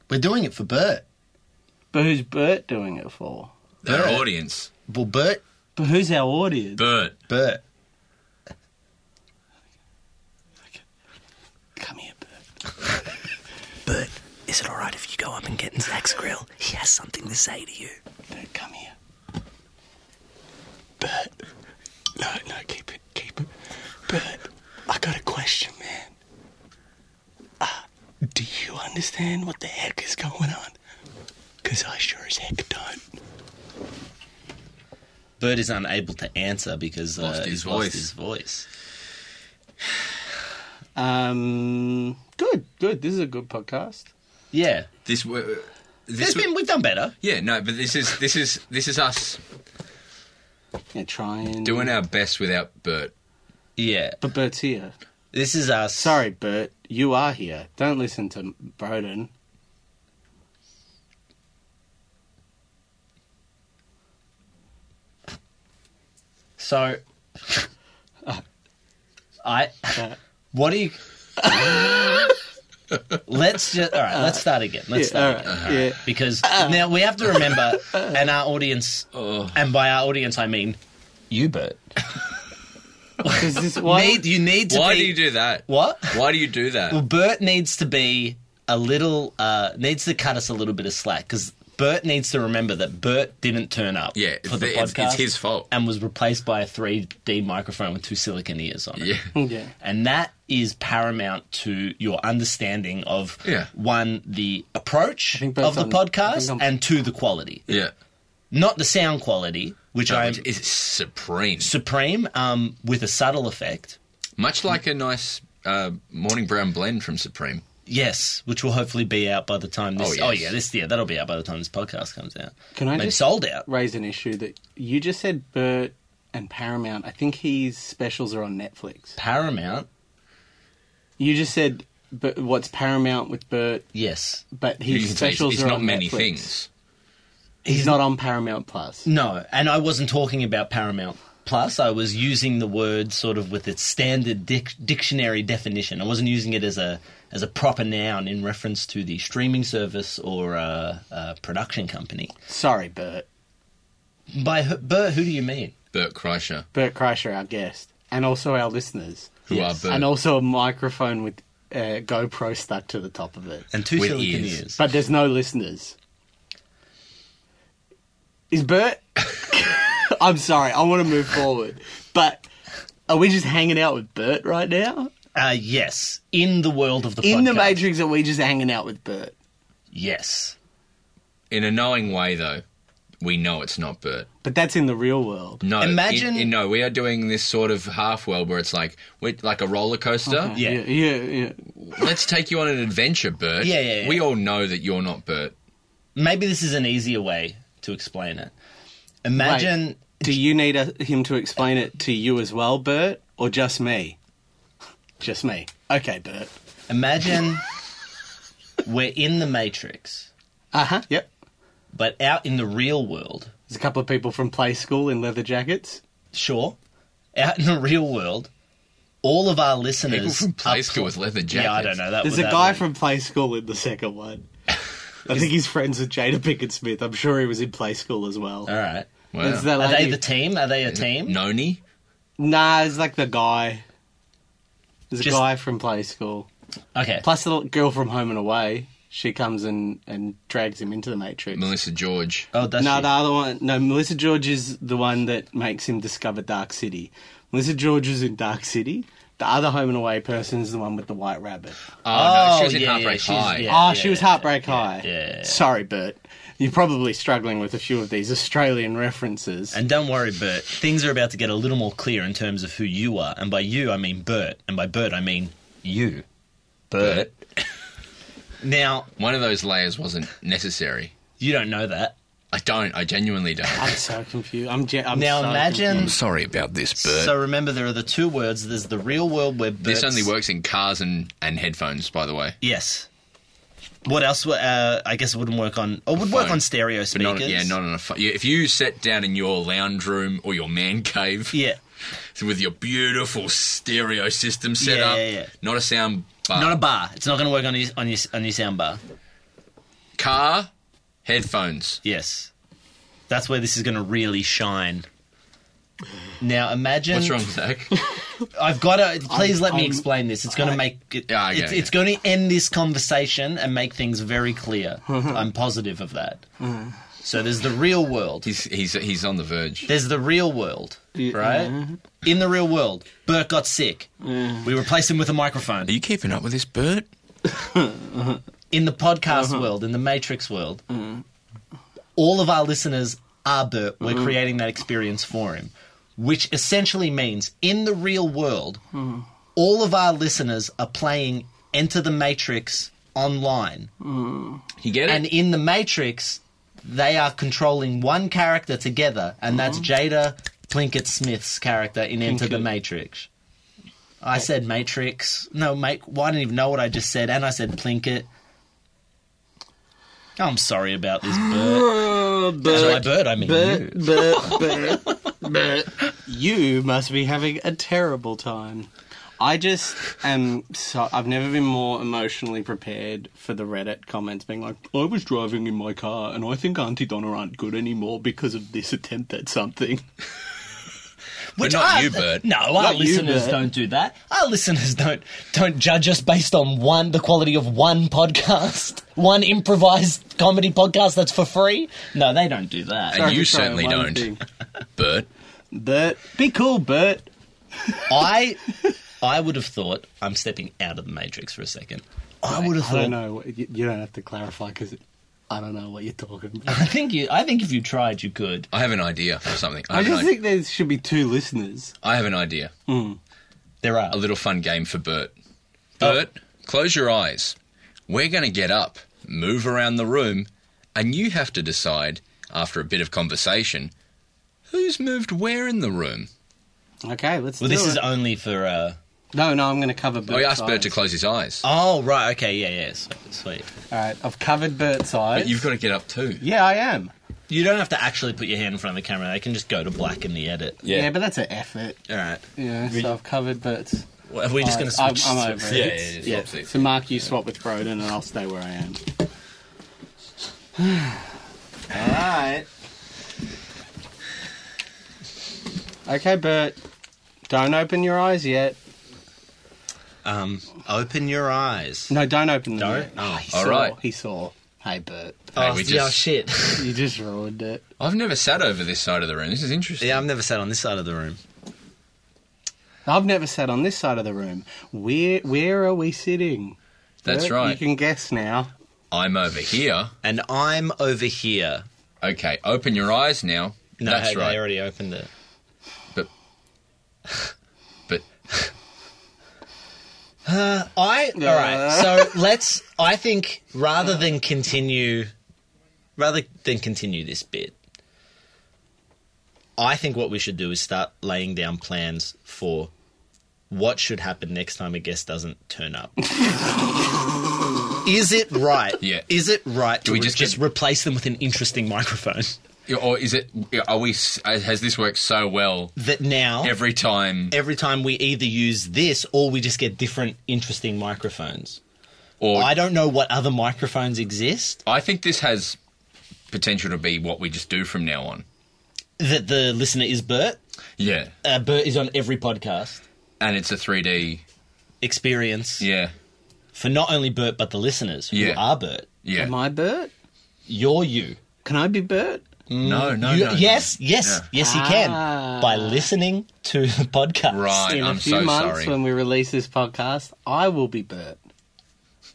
Speaker 6: We're doing it for Bert.
Speaker 5: But who's Bert doing it for?
Speaker 4: Their
Speaker 6: Bert.
Speaker 4: audience,
Speaker 6: Well, Bert,
Speaker 5: But who's our audience?
Speaker 4: Bert.
Speaker 6: Bert.
Speaker 5: Come here, Bert.
Speaker 7: Bert, is it alright if you go up and get in Zach's grill? He has something to say to you.
Speaker 5: Bert, come here.
Speaker 7: Bert, no, no, keep it, keep it. Bert, I got a question, man. Uh, Do you understand what the heck is going on? Because I sure as heck don't.
Speaker 6: Bird is unable to answer because uh,
Speaker 4: Lost his
Speaker 6: he's lost
Speaker 4: voice.
Speaker 6: his voice.
Speaker 5: Um, good, good. This is a good podcast.
Speaker 6: Yeah,
Speaker 4: This, w- uh,
Speaker 6: there's
Speaker 4: this, w-
Speaker 6: been we've done better.
Speaker 4: yeah, no, but this is this is this is us
Speaker 5: Yeah, try and
Speaker 4: doing our best without Bert.
Speaker 6: Yeah,
Speaker 5: But Bert's here.
Speaker 6: this is us.
Speaker 5: Sorry, Bert, you are here. Don't listen to Broden.
Speaker 6: So, I. What do you? let's just. All right. Let's start again. Let's
Speaker 5: Yeah, all
Speaker 6: start
Speaker 5: right.
Speaker 6: again.
Speaker 4: Uh-huh.
Speaker 5: yeah.
Speaker 6: Because
Speaker 4: Uh.
Speaker 6: now we have to remember, and our audience,
Speaker 4: Oh.
Speaker 6: and by our audience I mean you, Bert.
Speaker 5: 'Cause this why?
Speaker 6: Need, you need to
Speaker 4: Why
Speaker 6: be
Speaker 4: do you do that?
Speaker 6: what?
Speaker 4: Why do you do that?
Speaker 6: Well, Bert needs to be a little uh, needs to cut us a little bit of slack because Bert needs to remember that Bert didn't turn up.
Speaker 4: yeah, it's,
Speaker 6: for the
Speaker 4: it's,
Speaker 6: podcast
Speaker 4: it's his fault.
Speaker 6: and was replaced by a 3D microphone with two silicon ears on it.
Speaker 4: Yeah,
Speaker 5: yeah.
Speaker 6: And that is paramount to your understanding of
Speaker 4: Yeah.
Speaker 6: one, the approach
Speaker 5: think both
Speaker 6: of the
Speaker 5: I'm- I
Speaker 6: podcast,
Speaker 5: think I'm-
Speaker 6: and two, the quality.
Speaker 4: yeah.
Speaker 6: Not the sound quality, which I'm
Speaker 4: Which is supreme.
Speaker 6: supreme um, with a subtle effect.
Speaker 4: Much like a nice uh, morning brown blend from Supreme.
Speaker 6: Yes, which will hopefully be out by the time this. Oh,
Speaker 4: Oh, yes.
Speaker 6: yeah, this yeah, that'll be out by the time this podcast comes out.
Speaker 5: Can I
Speaker 6: Maybe
Speaker 5: just-
Speaker 6: sold out?
Speaker 5: Raise an issue that you just said Bert and Paramount. I think his specials are on Netflix.
Speaker 6: Paramount.
Speaker 5: You just said but what's Paramount with Bert,
Speaker 6: Yes.
Speaker 5: but
Speaker 4: You
Speaker 5: his
Speaker 4: can say it's,
Speaker 5: specials
Speaker 4: it's
Speaker 5: are
Speaker 4: not
Speaker 5: on
Speaker 4: many
Speaker 5: Netflix.
Speaker 4: things.
Speaker 5: He's not on Paramount Plus.
Speaker 6: No, and I wasn't talking about Paramount Plus. I was using the word sort of with its standard dic- dictionary definition. I wasn't using it as a as a proper noun in reference to the streaming service or uh, uh, production company.
Speaker 5: Sorry, Bert.
Speaker 6: By who, Bert, who do you mean?
Speaker 4: Bert Kreischer,
Speaker 5: Bert Kreischer, our guest, and also our listeners,
Speaker 4: who
Speaker 6: Yes.
Speaker 4: are Bert.
Speaker 5: and also a microphone with uh, GoPro stuck to the top of it.
Speaker 6: And two
Speaker 4: With
Speaker 6: silicon
Speaker 4: ears.
Speaker 6: ears.
Speaker 5: But there's no listeners. Is Bert? I'm sorry. I want to move forward, but are we just hanging out with Bert right now?
Speaker 6: Uh, yes, in the world of the
Speaker 5: In the
Speaker 6: podcast.
Speaker 5: Matrix, are we just hanging out with Bert?
Speaker 6: Yes,
Speaker 4: in a knowing way, though, we know it's not Bert.
Speaker 5: But that's in the real world.
Speaker 4: No,
Speaker 6: Imagine-
Speaker 4: in- in- no, we are doing this sort of half world where it's like we're like a roller coaster.
Speaker 6: Yeah.
Speaker 5: yeah, yeah. yeah.
Speaker 4: Let's take you on an adventure, Bert.
Speaker 6: Yeah, yeah, yeah.
Speaker 4: We all know that you're not Bert.
Speaker 6: maybe this is an easier way to explain it. Imagine.
Speaker 5: Do you need a, him to explain it to you as well, Bert, or just me? Just me. Okay, Bert.
Speaker 6: Imagine we're in the Matrix,
Speaker 5: Uh
Speaker 6: Uh-huh.
Speaker 5: huh. Yep.
Speaker 6: but out in the real world.
Speaker 5: There's a couple of people from play school in leather jackets.
Speaker 6: Sure, out in the real world, all of our listeners
Speaker 4: People from
Speaker 6: are
Speaker 4: play
Speaker 6: pl-
Speaker 4: school with leather jackets.
Speaker 6: Yeah, I don't know that.
Speaker 5: There's a
Speaker 6: what that
Speaker 5: guy
Speaker 6: means.
Speaker 5: from play school in the second one. I think he's friends with Jada Pickett Smith. I'm sure he was in play school as well.
Speaker 6: All right.
Speaker 4: Wow.
Speaker 5: There's that
Speaker 6: Oh, Are they
Speaker 5: lady-
Speaker 6: the team? Are they a team?
Speaker 4: Noni.
Speaker 5: Nah, it's like the guy. There's
Speaker 6: Just-
Speaker 5: a guy from play school.
Speaker 6: Okay.
Speaker 5: Plus the little girl from Home and Away. She comes and, and drags him into the Matrix.
Speaker 4: Melissa George.
Speaker 6: Oh, that's
Speaker 5: no,
Speaker 6: you.
Speaker 5: the other one. No, Melissa George is the one that makes him discover Dark City. Melissa George is in Dark City. The other Home and Away person is the one with the white rabbit.
Speaker 4: Oh, no, she
Speaker 6: Oh,
Speaker 4: was in
Speaker 6: yeah, yeah,
Speaker 4: Heartbreak
Speaker 6: she's-
Speaker 4: High.
Speaker 6: yeah.
Speaker 5: Ah, she was Heartbreak High.
Speaker 6: yeah.
Speaker 5: Sorry, Bert. You're probably struggling with a few of these Australian references.
Speaker 6: And don't worry, Bert. Things are about to get a little more clear in terms of who you are. And by you, I mean Bert. And by Bert, I mean you.
Speaker 4: Bert.
Speaker 6: Now,
Speaker 4: One of those layers wasn't necessary.
Speaker 6: you don't know that.
Speaker 4: I don't. I genuinely don't.
Speaker 5: I'm so confused. I'm, ge- I'm
Speaker 6: Now
Speaker 5: so
Speaker 6: imagine.
Speaker 4: I'm sorry about this, Bert.
Speaker 6: So remember, there are the two words. There's the real world where Bert's,
Speaker 4: this only works in cars and, and headphones, by the way.
Speaker 6: Yes. What else? wo- Uh, I guess it wouldn't work on. Or would work
Speaker 4: Phone.
Speaker 6: on stereo
Speaker 4: But
Speaker 6: speakers.
Speaker 4: not, yeah, not on a phone. If you sat down in your lounge room or your man cave
Speaker 6: Yeah.
Speaker 4: with your beautiful stereo system set
Speaker 6: Yeah,
Speaker 4: up,
Speaker 6: yeah, yeah.
Speaker 4: not a sound bar,
Speaker 6: Not a bar. It's not going to work on your on your on your sound bar.
Speaker 4: car, headphones.
Speaker 6: Yes. That's where this is going to really shine. Now imagine.
Speaker 4: What's wrong, Zach?
Speaker 6: I've got to. Please let me
Speaker 5: I'm-
Speaker 6: explain this. It's going to make it.
Speaker 4: Yeah, I get
Speaker 6: it's,
Speaker 4: it.
Speaker 6: it's going to end this conversation and make things very clear.
Speaker 4: Mm-hmm.
Speaker 6: I'm positive of that. So there's the real world.
Speaker 4: he's, he's, he's on the verge.
Speaker 6: There's the real world, right?
Speaker 4: mm-hmm.
Speaker 6: In the real world, Bert got sick. We replaced him with a microphone.
Speaker 4: Are you keeping up with this, Bert?
Speaker 6: in the podcast world, in the Matrix world, all of our listeners are Bert. We're creating that experience for him, which essentially means in the real world, all of our listeners are playing Enter the Matrix online.
Speaker 4: You get it?
Speaker 6: And in the Matrix, they are controlling one character together, and that's Jada Plinkett Smith's character in Enter the Matrix. I said Matrix. No, mate. Well, I didn't even know what I just said, and I said Plinkett. Oh, I'm sorry about this, Bert. By Bert, I mean
Speaker 5: Bert,
Speaker 6: you.
Speaker 5: Bert, Bert, Bert. You must be having a terrible time. I just am so. I've never been more emotionally prepared for the Reddit comments being like, I was driving in my car and I think Auntie Donna aren't good anymore because of this attempt at something.
Speaker 6: Which
Speaker 4: not
Speaker 6: our-
Speaker 4: you, Bert.
Speaker 6: No, our
Speaker 5: you,
Speaker 6: listeners
Speaker 5: Bert.
Speaker 6: don't do that. Our listeners don't don't judge us based on one the quality of one podcast, one improvised comedy podcast that's for free. No, they don't do that.
Speaker 4: and you
Speaker 5: Sorry,
Speaker 4: certainly
Speaker 5: one
Speaker 4: don't,
Speaker 5: thing.
Speaker 4: Bert.
Speaker 5: Bert, be cool, Bert.
Speaker 6: I I would have thought I'm stepping out of the matrix for a second. I would have
Speaker 5: I don't
Speaker 6: thought. I,
Speaker 5: know. what- You you don't have to clarify because I don't know what you're talking about.
Speaker 6: think you. I think if you tried, you could.
Speaker 4: I have an idea or something. I
Speaker 5: I
Speaker 4: have, an,
Speaker 5: just
Speaker 4: i-
Speaker 5: think there should be two listeners.
Speaker 4: I have an idea.
Speaker 6: There are.
Speaker 4: A little fun game for Bert.
Speaker 5: Oh.
Speaker 4: Bert, close your eyes. We're going to get up, move around the room, and you have to decide, after a bit of conversation, who's moved where in the room.
Speaker 5: Okay, let's
Speaker 6: Well,
Speaker 5: do
Speaker 6: this
Speaker 5: it.
Speaker 6: is only for. Uh,
Speaker 5: no, no, I'm going to cover Bert's
Speaker 4: Oh, I asked Bert to
Speaker 5: eyes.
Speaker 4: close his eyes.
Speaker 5: Uh,
Speaker 6: oh right. Okay. Yeah. Yeah. s- Sweet.
Speaker 5: All right, I've covered Bert's eyes.
Speaker 4: But you've got to get up too.
Speaker 5: Yeah, I am.
Speaker 6: You don't have to actually put your hand in front of the camera. They can just go to black in the edit.
Speaker 5: Yeah, but that's an effort.
Speaker 6: All right.
Speaker 5: Yeah, so I've covered Bert's.
Speaker 6: Well, are we just going to
Speaker 5: I'm,
Speaker 6: switch?
Speaker 5: I'm over it.
Speaker 4: Yeah, yeah, yeah, yeah, swap seats.
Speaker 5: So Mark, you swap with Broden, and I'll stay where I am. All right. Okay, Bert. Don't open your eyes yet.
Speaker 6: Um, open your eyes.
Speaker 5: No, don't open them.
Speaker 6: Don't?
Speaker 5: Yet. Oh, he
Speaker 4: All
Speaker 5: saw.
Speaker 4: right.
Speaker 5: He saw. Hey, Bert.
Speaker 6: Oh,
Speaker 4: we
Speaker 6: yeah,
Speaker 4: just-
Speaker 6: shit.
Speaker 5: You just ruined it.
Speaker 4: I've never sat over this side of the room. This is interesting.
Speaker 6: yeah, I've never sat on this side of the room.
Speaker 5: I've never sat on this side of the room. Where Where are we sitting?
Speaker 4: That's
Speaker 5: Bert, You
Speaker 4: right.
Speaker 5: can guess now.
Speaker 4: I'm over here.
Speaker 6: And I'm over here.
Speaker 4: Okay, open your eyes now.
Speaker 6: No,
Speaker 4: That's
Speaker 6: hey,
Speaker 4: right.
Speaker 6: they already opened it.
Speaker 4: But, but
Speaker 6: I all right. So let's. I think rather than continue, rather than continue this bit, I think what we should do is start laying down plans for what should happen next time a guest doesn't turn up. is it right?
Speaker 4: Yeah.
Speaker 6: Is it right to
Speaker 4: we
Speaker 6: re-
Speaker 4: just
Speaker 6: just,
Speaker 4: get-
Speaker 6: replace them with an interesting microphone
Speaker 4: or is it? Are we? Has this worked so well
Speaker 6: that now?
Speaker 4: every time?
Speaker 6: Every time we either use this or we just get different interesting microphones.
Speaker 4: Or
Speaker 6: I don't know what other microphones exist.
Speaker 4: I think this has potential to be what we just do from now on.
Speaker 6: that the listener is Bert.
Speaker 4: Yeah.
Speaker 6: Uh, Bert is on every podcast
Speaker 4: And it's a 3D.
Speaker 6: experience
Speaker 4: Yeah.
Speaker 6: for not only Bert but the listeners who
Speaker 4: Yeah.
Speaker 6: are Bert.
Speaker 4: Yeah.
Speaker 5: Am I Bert?
Speaker 6: You're you.
Speaker 5: Can I be Bert?
Speaker 4: no, no,
Speaker 6: You-
Speaker 4: Oh, no.
Speaker 6: yes, yes,
Speaker 4: Yeah.
Speaker 6: yes. He can by listening to the podcast.
Speaker 4: Right.
Speaker 5: In
Speaker 4: I'm
Speaker 5: a few
Speaker 4: so
Speaker 5: months,
Speaker 4: sorry.
Speaker 5: when we release this podcast, I will be Bert.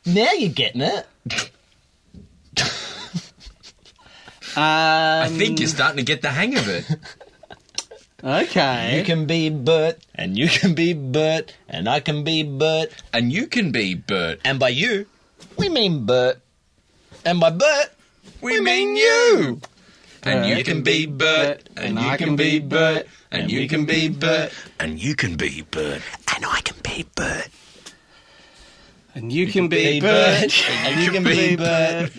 Speaker 6: now you're getting it.
Speaker 4: I
Speaker 5: Um,
Speaker 4: think you're starting to get the hang of it.
Speaker 5: okay.
Speaker 6: You can be Bert, and you can be Bert, and I can be Bert,
Speaker 4: and you can be Bert.
Speaker 6: and by you, we mean Bert, and by Bert,
Speaker 4: We mean you. And
Speaker 5: Bert.
Speaker 4: you can be Bert. And you can be Bert. And you can be Bert.
Speaker 8: And you can be Bert. And I can be Bert.
Speaker 5: and you can
Speaker 6: be
Speaker 5: be
Speaker 6: Bert,
Speaker 5: Bert.
Speaker 6: and you can be Bert.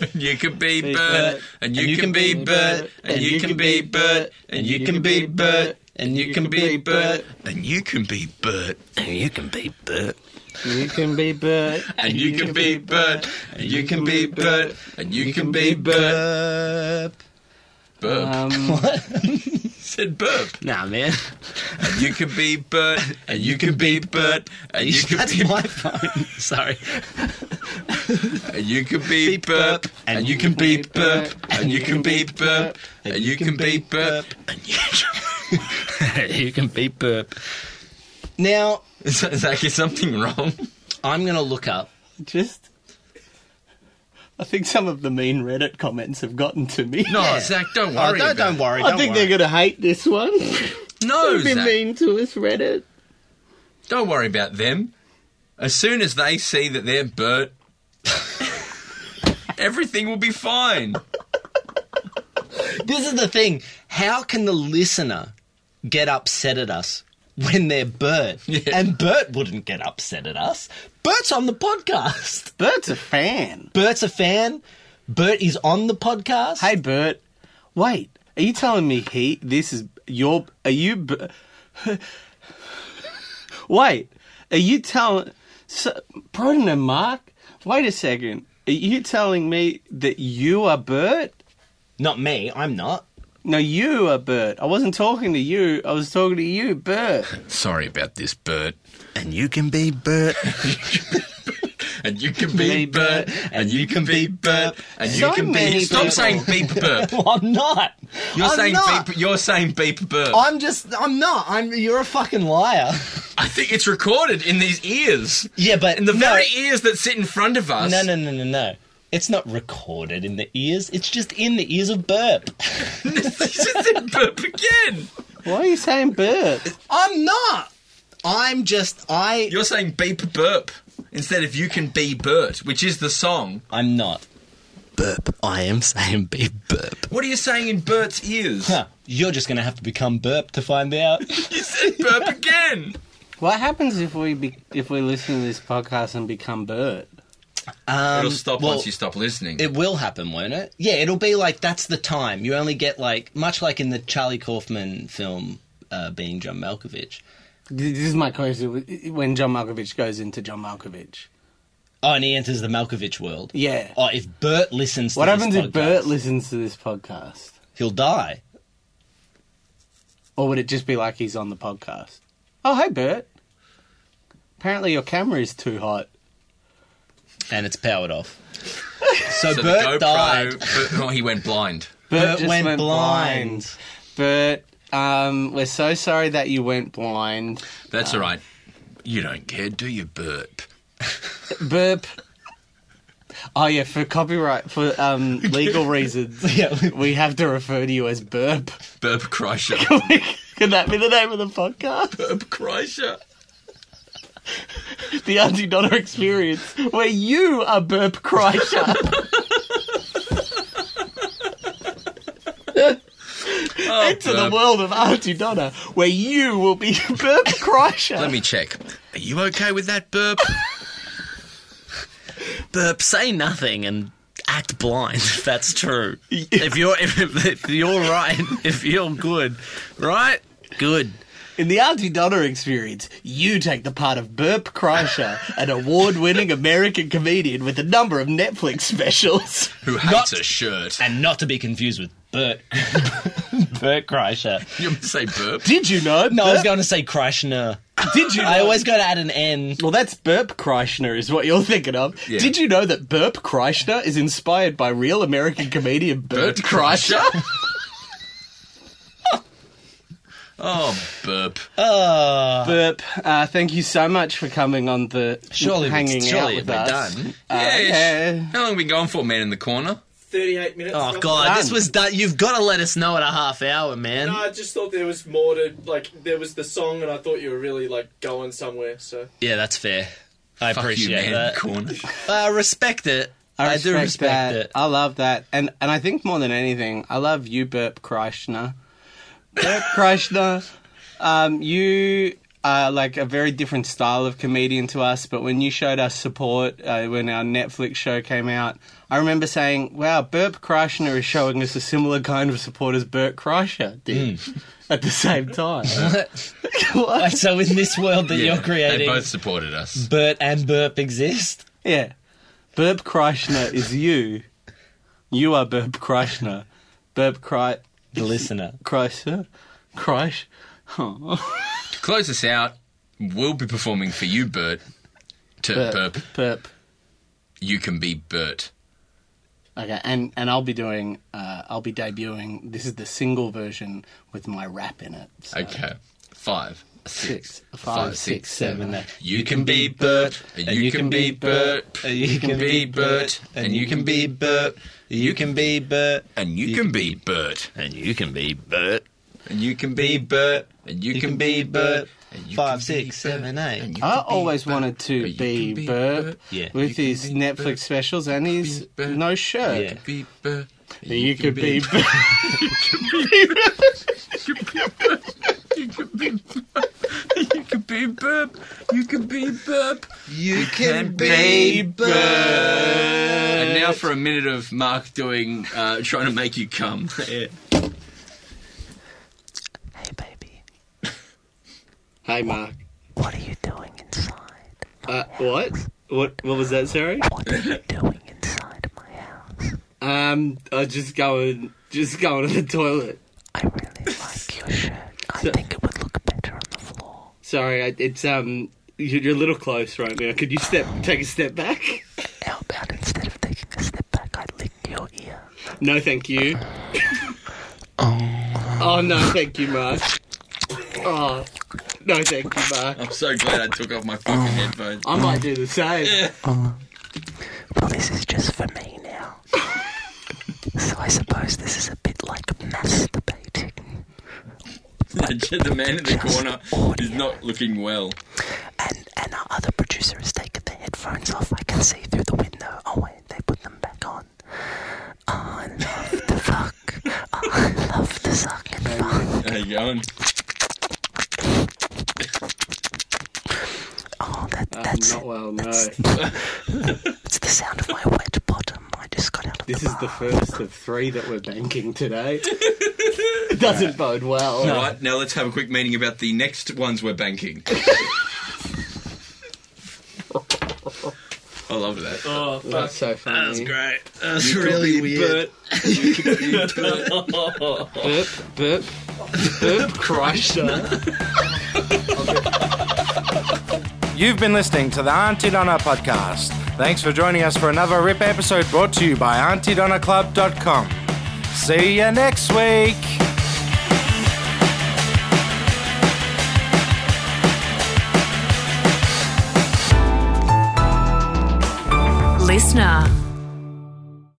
Speaker 4: And you can be
Speaker 5: Bert.
Speaker 4: Bert. And you can be Bert. And you can be Bert. And you can be Bert. And you can be Bert.
Speaker 8: And you can be Bert. And you can be Bert.
Speaker 5: You can be Bert.
Speaker 4: And you can be Bert. And you can be Bert. And you can be Uh, Bert. Burp.
Speaker 5: Um,
Speaker 4: said burp.
Speaker 6: Nah, man,
Speaker 4: And you can be Bert. And you can be Bert. And you can
Speaker 6: that's
Speaker 4: be
Speaker 6: my phone. Sorry.
Speaker 4: And you can be burp. And you can be burp. And you can be burp. And you can be burp. And you
Speaker 6: you can be burp. Now
Speaker 4: Is that- is that- is something wrong?
Speaker 6: I'm going to look up
Speaker 5: just I think some of the mean Reddit comments have gotten to me.
Speaker 4: No, Zach, don't
Speaker 6: Oh,
Speaker 4: worry.
Speaker 6: don't,
Speaker 4: about
Speaker 6: don't worry.
Speaker 5: I
Speaker 6: Don't
Speaker 5: think
Speaker 6: worry.
Speaker 5: they're going to hate this one.
Speaker 4: It. No,
Speaker 5: They've been
Speaker 4: Zach,
Speaker 5: mean to us, Reddit.
Speaker 4: don't worry about them. As soon as they see that they're Bert, everything will be fine.
Speaker 6: This is the thing. How can the listener get upset at us when they're Bert? And Bert wouldn't get upset at us. Bert's on the podcast.
Speaker 5: Bert's a fan.
Speaker 6: Bert's a fan. Bert is on the podcast.
Speaker 5: Hey, Bert. Wait, are you telling me he? This is your? Are you? B- wait, are you telling? So, Broden and Mark. Wait a second. Are you telling me that you are Bert?
Speaker 6: Not me. I'm not.
Speaker 5: No, you are Bert. I wasn't talking to you. I was talking to you, Bert.
Speaker 4: Sorry about this, Bert.
Speaker 9: And you can be Bert.
Speaker 4: And you can be
Speaker 5: Be
Speaker 4: Bert. And you can be Bert. And you
Speaker 5: So
Speaker 4: can be.
Speaker 5: many
Speaker 4: Stop
Speaker 5: people.
Speaker 4: saying beep Bert.
Speaker 6: Well, I'm not.
Speaker 4: You're
Speaker 6: I'm
Speaker 4: saying
Speaker 6: not.
Speaker 4: beep. You're saying beep Bert.
Speaker 6: I'm just. I'm not. I'm. You're a fucking liar.
Speaker 4: I think it's recorded in these ears.
Speaker 6: Yeah, but
Speaker 4: In the
Speaker 6: no.
Speaker 4: very ears that sit in front of us.
Speaker 6: No, no, no, no, no. It's not recorded in the ears. It's just in the ears of Burp.
Speaker 4: This is in Burp again.
Speaker 5: Why are you saying Bert?
Speaker 6: I'm not. I'm just. I.
Speaker 4: You're saying beep burp instead of you can be Bert, which is the song.
Speaker 6: I'm not. Burp. I am saying be burp.
Speaker 4: What are you saying in Bert's ears?
Speaker 6: Huh. You're just gonna have to become burp to find out.
Speaker 4: You said burp again.
Speaker 5: What happens if we be, if we listen to this podcast and become Bert?
Speaker 6: Um,
Speaker 4: It'll stop
Speaker 6: well,
Speaker 4: once you stop listening.
Speaker 6: It will happen, won't it? Yeah, it'll be like that's the time. You only get like much like in the Charlie Kaufman film, uh, being John Malkovich.
Speaker 5: This is my question. When John Malkovich goes into John Malkovich,
Speaker 6: Oh, and he enters the Malkovich world.
Speaker 5: yeah.
Speaker 6: Oh, if Bert listens.
Speaker 5: What
Speaker 6: to this
Speaker 5: happens if
Speaker 6: podcast,
Speaker 5: Bert listens to this podcast?
Speaker 6: He'll die.
Speaker 5: Or would it just be like he's on the podcast? Oh, hey, Bert. Apparently your camera is too hot.
Speaker 6: and it's powered off. So,
Speaker 4: so the
Speaker 6: Bert
Speaker 4: GoPro,
Speaker 6: died.
Speaker 4: Bert- oh, he went blind.
Speaker 6: Bert
Speaker 5: just
Speaker 6: went blind.
Speaker 5: Bert, um, we're so sorry that you went blind.
Speaker 6: Ah.
Speaker 4: That's all right. You don't care, do you, Bert?
Speaker 5: Burp. Oh yeah, for copyright, for um, legal reasons,
Speaker 6: Yeah.
Speaker 5: we have to refer to you as Burp.
Speaker 4: Burp Kreischer.
Speaker 5: Could that be the name of the podcast?
Speaker 4: burp Kreischer.
Speaker 5: The Auntie Donna Experience, where you are Burp Kreischer.
Speaker 4: Oh,
Speaker 5: to the
Speaker 4: burp.
Speaker 5: world of Auntie Donna, where you will be Burp Kreischer.
Speaker 4: Let me check. Are you okay with that burp?
Speaker 6: Burp, say nothing and act blind if that's true. If you're if, if you're right, if you're good, right? Good.
Speaker 5: In the Auntie Donna experience, you take the part of Burp Kreischer, an award winning American comedian with a number of Netflix specials.
Speaker 4: Who hates a shirt?
Speaker 6: And not to be confused with Bert Bert Kreischer.
Speaker 4: You say burp?
Speaker 5: Did you know?
Speaker 6: No, I was
Speaker 5: Burp-
Speaker 6: going to say Kreischer.
Speaker 5: Did you know?
Speaker 6: I always got to add an N.
Speaker 5: Well, that's Burp Kreischer, is what you're thinking of.
Speaker 4: Yeah.
Speaker 5: Did you know that Burp Kreischer is inspired by real American comedian Burt Kreischer?
Speaker 4: oh, burp.
Speaker 5: Burp, uh, thank you so much for coming on the
Speaker 6: Surely we-
Speaker 5: hanging
Speaker 6: surely
Speaker 5: out with
Speaker 6: we're
Speaker 5: us.
Speaker 6: done.
Speaker 5: Uh,
Speaker 4: Yes.
Speaker 5: yeah.
Speaker 4: How long have we gone for, man in the corner?
Speaker 1: 38 minutes.
Speaker 6: Oh
Speaker 1: roughly.
Speaker 6: God, this
Speaker 5: Done.
Speaker 6: was done. You've got to let us know at a half hour, man.
Speaker 1: No, I just thought there was more to like. There was the song, and I thought you were really like going somewhere. So
Speaker 6: Yeah, that's fair. I
Speaker 4: Fuck you,
Speaker 6: appreciate
Speaker 4: man in
Speaker 6: that.
Speaker 4: the corner.
Speaker 6: I Uh, respect it. I,
Speaker 5: I,
Speaker 6: do respect
Speaker 5: that.
Speaker 6: it.
Speaker 5: I love that. And and I think more than anything, I love you, Burp Krishna. Burp Krishna, um, you are like a very different style of comedian to us, but when you showed us support uh, when our Netflix show came out, I remember saying, wow, Burp Krishna is showing us a similar kind of support as Burt Kreischer did
Speaker 6: Hmm.
Speaker 5: at the same time.
Speaker 6: Right, so in this world that
Speaker 4: Yeah,
Speaker 6: you're creating,
Speaker 4: They both supported us.
Speaker 6: Bert and Burp exist.
Speaker 5: Yeah. Burp Krishna is you. You are Burp Krishna. Burp Kreischer.
Speaker 6: The listener.
Speaker 5: Kreischer? Kreisch?
Speaker 4: To close us out, we'll be performing for you, Bert. To burp.
Speaker 5: Burp. Burp.
Speaker 4: You can be Bert.
Speaker 5: Okay, and, and I'll be doing, uh, I'll be debuting, this is the single version with my rap in it. So.
Speaker 4: Okay. Five,
Speaker 10: six,
Speaker 4: Five, six,
Speaker 10: seven, eight.
Speaker 4: You can be Bert, and you can be Bert, and you can be Bert, and you can be Bert,
Speaker 6: You can be Bert.
Speaker 4: and you can be Bert,
Speaker 6: And you can be Bert.
Speaker 4: and you can be Bert, and
Speaker 6: You can be Bert. Five, six, seven, eight.
Speaker 5: I always wanted to
Speaker 4: you
Speaker 5: be,
Speaker 4: can be
Speaker 5: Burp
Speaker 4: Burp.
Speaker 6: Yeah.
Speaker 5: with
Speaker 4: You can
Speaker 5: his
Speaker 4: be
Speaker 5: Netflix
Speaker 4: Burp.
Speaker 5: specials and his
Speaker 4: Burp.
Speaker 5: no shirt.
Speaker 6: Yeah.
Speaker 4: Be Bert. and
Speaker 5: You, could be, Burp.
Speaker 4: You can be Bert. You can be Burp. You can be Burp.
Speaker 6: You
Speaker 4: can be And now for a minute of Mark doing, uh, trying to make you come.
Speaker 7: Hey, baby,
Speaker 5: Hey, Mark.
Speaker 7: what are you doing inside?
Speaker 5: Uh, what? What? What was that? Sorry.
Speaker 7: What are you doing inside my house?
Speaker 5: Um, I was just going, just going to the toilet.
Speaker 7: I really like your shirt. I think it would look better on the floor.
Speaker 5: Sorry, I, it's um, you- you're a little close right now. Could you step, take a step back?
Speaker 7: How about instead of taking a step back, I lick your ear?
Speaker 5: No, thank you. oh no, thank you, Mark. Oh no, thank you, Mark.
Speaker 4: I'm so glad I took off my fucking headphones.
Speaker 5: I might do the same.
Speaker 7: Well, this is just for me now. so I suppose this is a bit like masturbating.
Speaker 4: the man in the corner is not looking well.
Speaker 7: And and our other producer has taken the headphones off. I can see through the window. Oh wait, they put them back on. I love to fuck. I love to suck and fuck.
Speaker 4: How you going?
Speaker 7: Oh, that that's
Speaker 5: Not
Speaker 7: it.
Speaker 5: well, Um, no.
Speaker 7: It's the sound of my wet bottom. I just got out of
Speaker 5: This
Speaker 7: the
Speaker 5: is
Speaker 7: bath.
Speaker 5: the first of three that we're banking today. It doesn't bode well.
Speaker 4: All right, now let's have a quick meeting about the next ones we're banking. I love that.
Speaker 5: That's so funny. That's great.
Speaker 6: That's really weird.
Speaker 5: Burp, burp, burp, Kreischer.
Speaker 3: You've been listening to the Auntie Donna podcast. Thanks for joining us for another RIP episode brought to you by AuntieDonnaClub.com. See you next week.
Speaker 11: Listener.